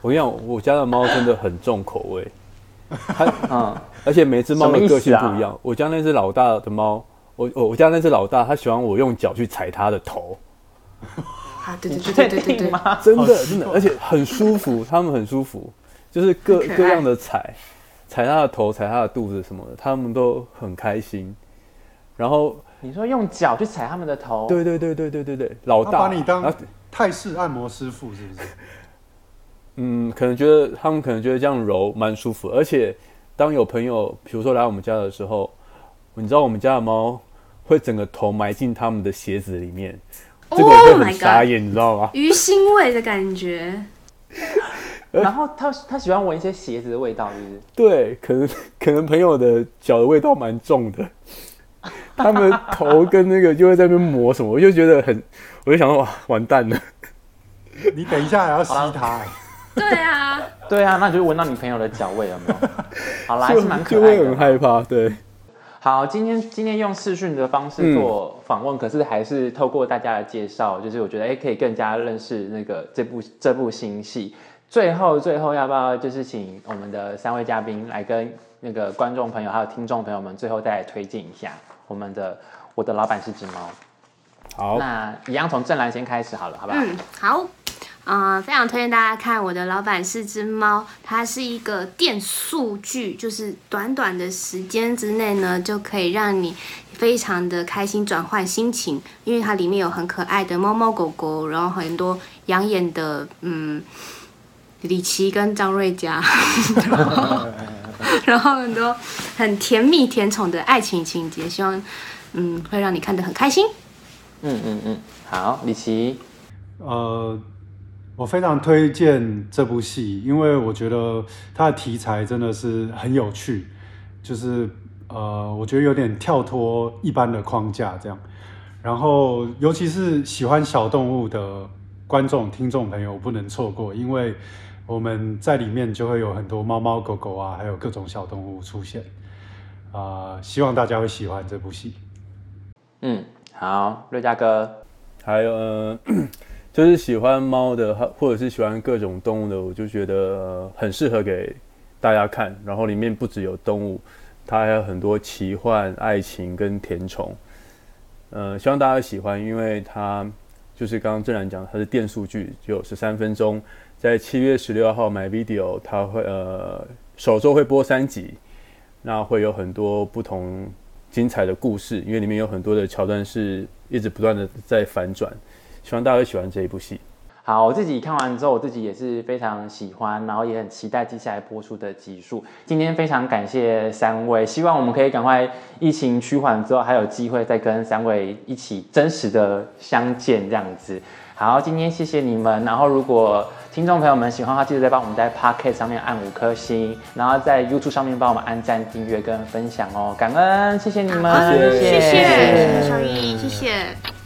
Speaker 2: 我跟你讲，我家的猫真的很重口味。 *laughs*
Speaker 1: 嗯，
Speaker 2: 而且每只猫的个性
Speaker 1: 什
Speaker 2: 不
Speaker 1: 么
Speaker 2: 一
Speaker 1: 意思
Speaker 2: 样。我家那只老大的猫，我我我家那只老大，它喜欢我用脚去踩它的头，
Speaker 3: 啊，对
Speaker 1: 你确
Speaker 3: 对对对对对
Speaker 1: 定
Speaker 3: 对，
Speaker 1: 吗？
Speaker 2: 真的真的，而且很舒服，它们很舒服，就是各
Speaker 3: 很可爱
Speaker 2: 各样的踩，踩它的头，踩它的肚子什么的，它们都很开心。然后，
Speaker 1: 你说用脚去踩他们的头？
Speaker 2: 对对对对对对对，老
Speaker 4: 它
Speaker 2: 大
Speaker 4: 把你当
Speaker 2: 啊
Speaker 4: 泰式按摩师傅是不是？
Speaker 2: 嗯，可能觉得他们可能觉得这样揉蛮舒服，而且当有朋友比如说来我们家的时候，你知道我们家的猫会整个头埋进他们的鞋子里面，这个
Speaker 3: Oh
Speaker 2: 我会很
Speaker 3: my
Speaker 2: 傻
Speaker 3: God
Speaker 2: 眼，你知道吗？
Speaker 3: 鱼腥味的感觉，
Speaker 1: 然后他他喜欢闻一些鞋子的味道，是不是？
Speaker 2: 对，可能可能朋友的脚的味道蛮重的， *laughs* 他们头跟那个就会在那边磨什么，我就觉得很，我就想说哇，完蛋了，
Speaker 4: 你等一下还要吸它哎。
Speaker 3: 对啊，
Speaker 1: 对啊，那你就闻到你朋友的脚味了吗？好 *laughs* 啦，还
Speaker 2: 就是
Speaker 1: 蛮
Speaker 2: 就
Speaker 1: 可爱
Speaker 2: 会很
Speaker 1: 的。
Speaker 2: 害怕，对。
Speaker 1: 好，今天今天用视讯的方式做访问，可是还是透过大家的介绍，就是我觉得哎、可以更加认识那个这部这部新戏。最后最后，要不要就是请我们的三位嘉宾来跟那个观众朋友还有听众朋友们，最后再推荐一下我们的我的老板是只猫。
Speaker 2: 好，
Speaker 1: 那一样从正蓝先开始好了，好不好？
Speaker 3: *laughs* 嗯，好，呃，非常推荐大家看我的老板是只猫，它是一个电速剧，就是短短的时间之内呢，就可以让你非常的开心转换心情，因为它里面有很可爱的猫猫狗狗，然后很多养眼的，嗯，李琦跟张瑞 *laughs* 佳，然后很多很甜蜜甜宠的爱情情节，希望嗯会让你看得很开心。
Speaker 1: 嗯嗯嗯，好，李琦，
Speaker 4: 呃，我非常推荐这部戏，因为我觉得它的题材真的是很有趣，就是呃，我觉得有点跳脱一般的框架这样。然后，尤其是喜欢小动物的观众、听众朋友不能错过，因为我们在里面就会有很多猫猫狗狗啊，还有各种小动物出现。啊、希望大家会喜欢这部戏。
Speaker 1: 嗯，好，瑞佳哥，
Speaker 2: 还有呃， *clears throat* 就是喜欢猫的，或者是喜欢各种动物的，我就觉得、呃很适合给大家看。然后里面不只有动物，它还有很多奇幻、爱情跟甜宠。呃，希望大家喜欢，因为它就是刚刚正然讲，它是电数剧，只有十三分钟，在七月十六号买 video，它会呃首周会播三集，那会有很多不同精彩的故事，因为里面有很多的桥段是一直不断的在反转，希望大家会喜欢这一部戏。
Speaker 1: 好，我自己看完之后，我自己也是非常喜欢，然后也很期待接下来播出的集数。今天非常感谢三位，希望我们可以赶快疫情趋缓之后，还有机会再跟三位一起真实的相见这样子。好，今天谢谢你们。然后，如果听众朋友们喜欢的话，记得再帮我们在 Pocket 上面按五颗星，然后在 YouTube 上面帮我们按赞、订阅跟分享哦，感恩，谢谢你们，
Speaker 3: 好
Speaker 2: 谢
Speaker 3: 谢谢
Speaker 1: 谢
Speaker 3: 谢谢小玉，谢谢。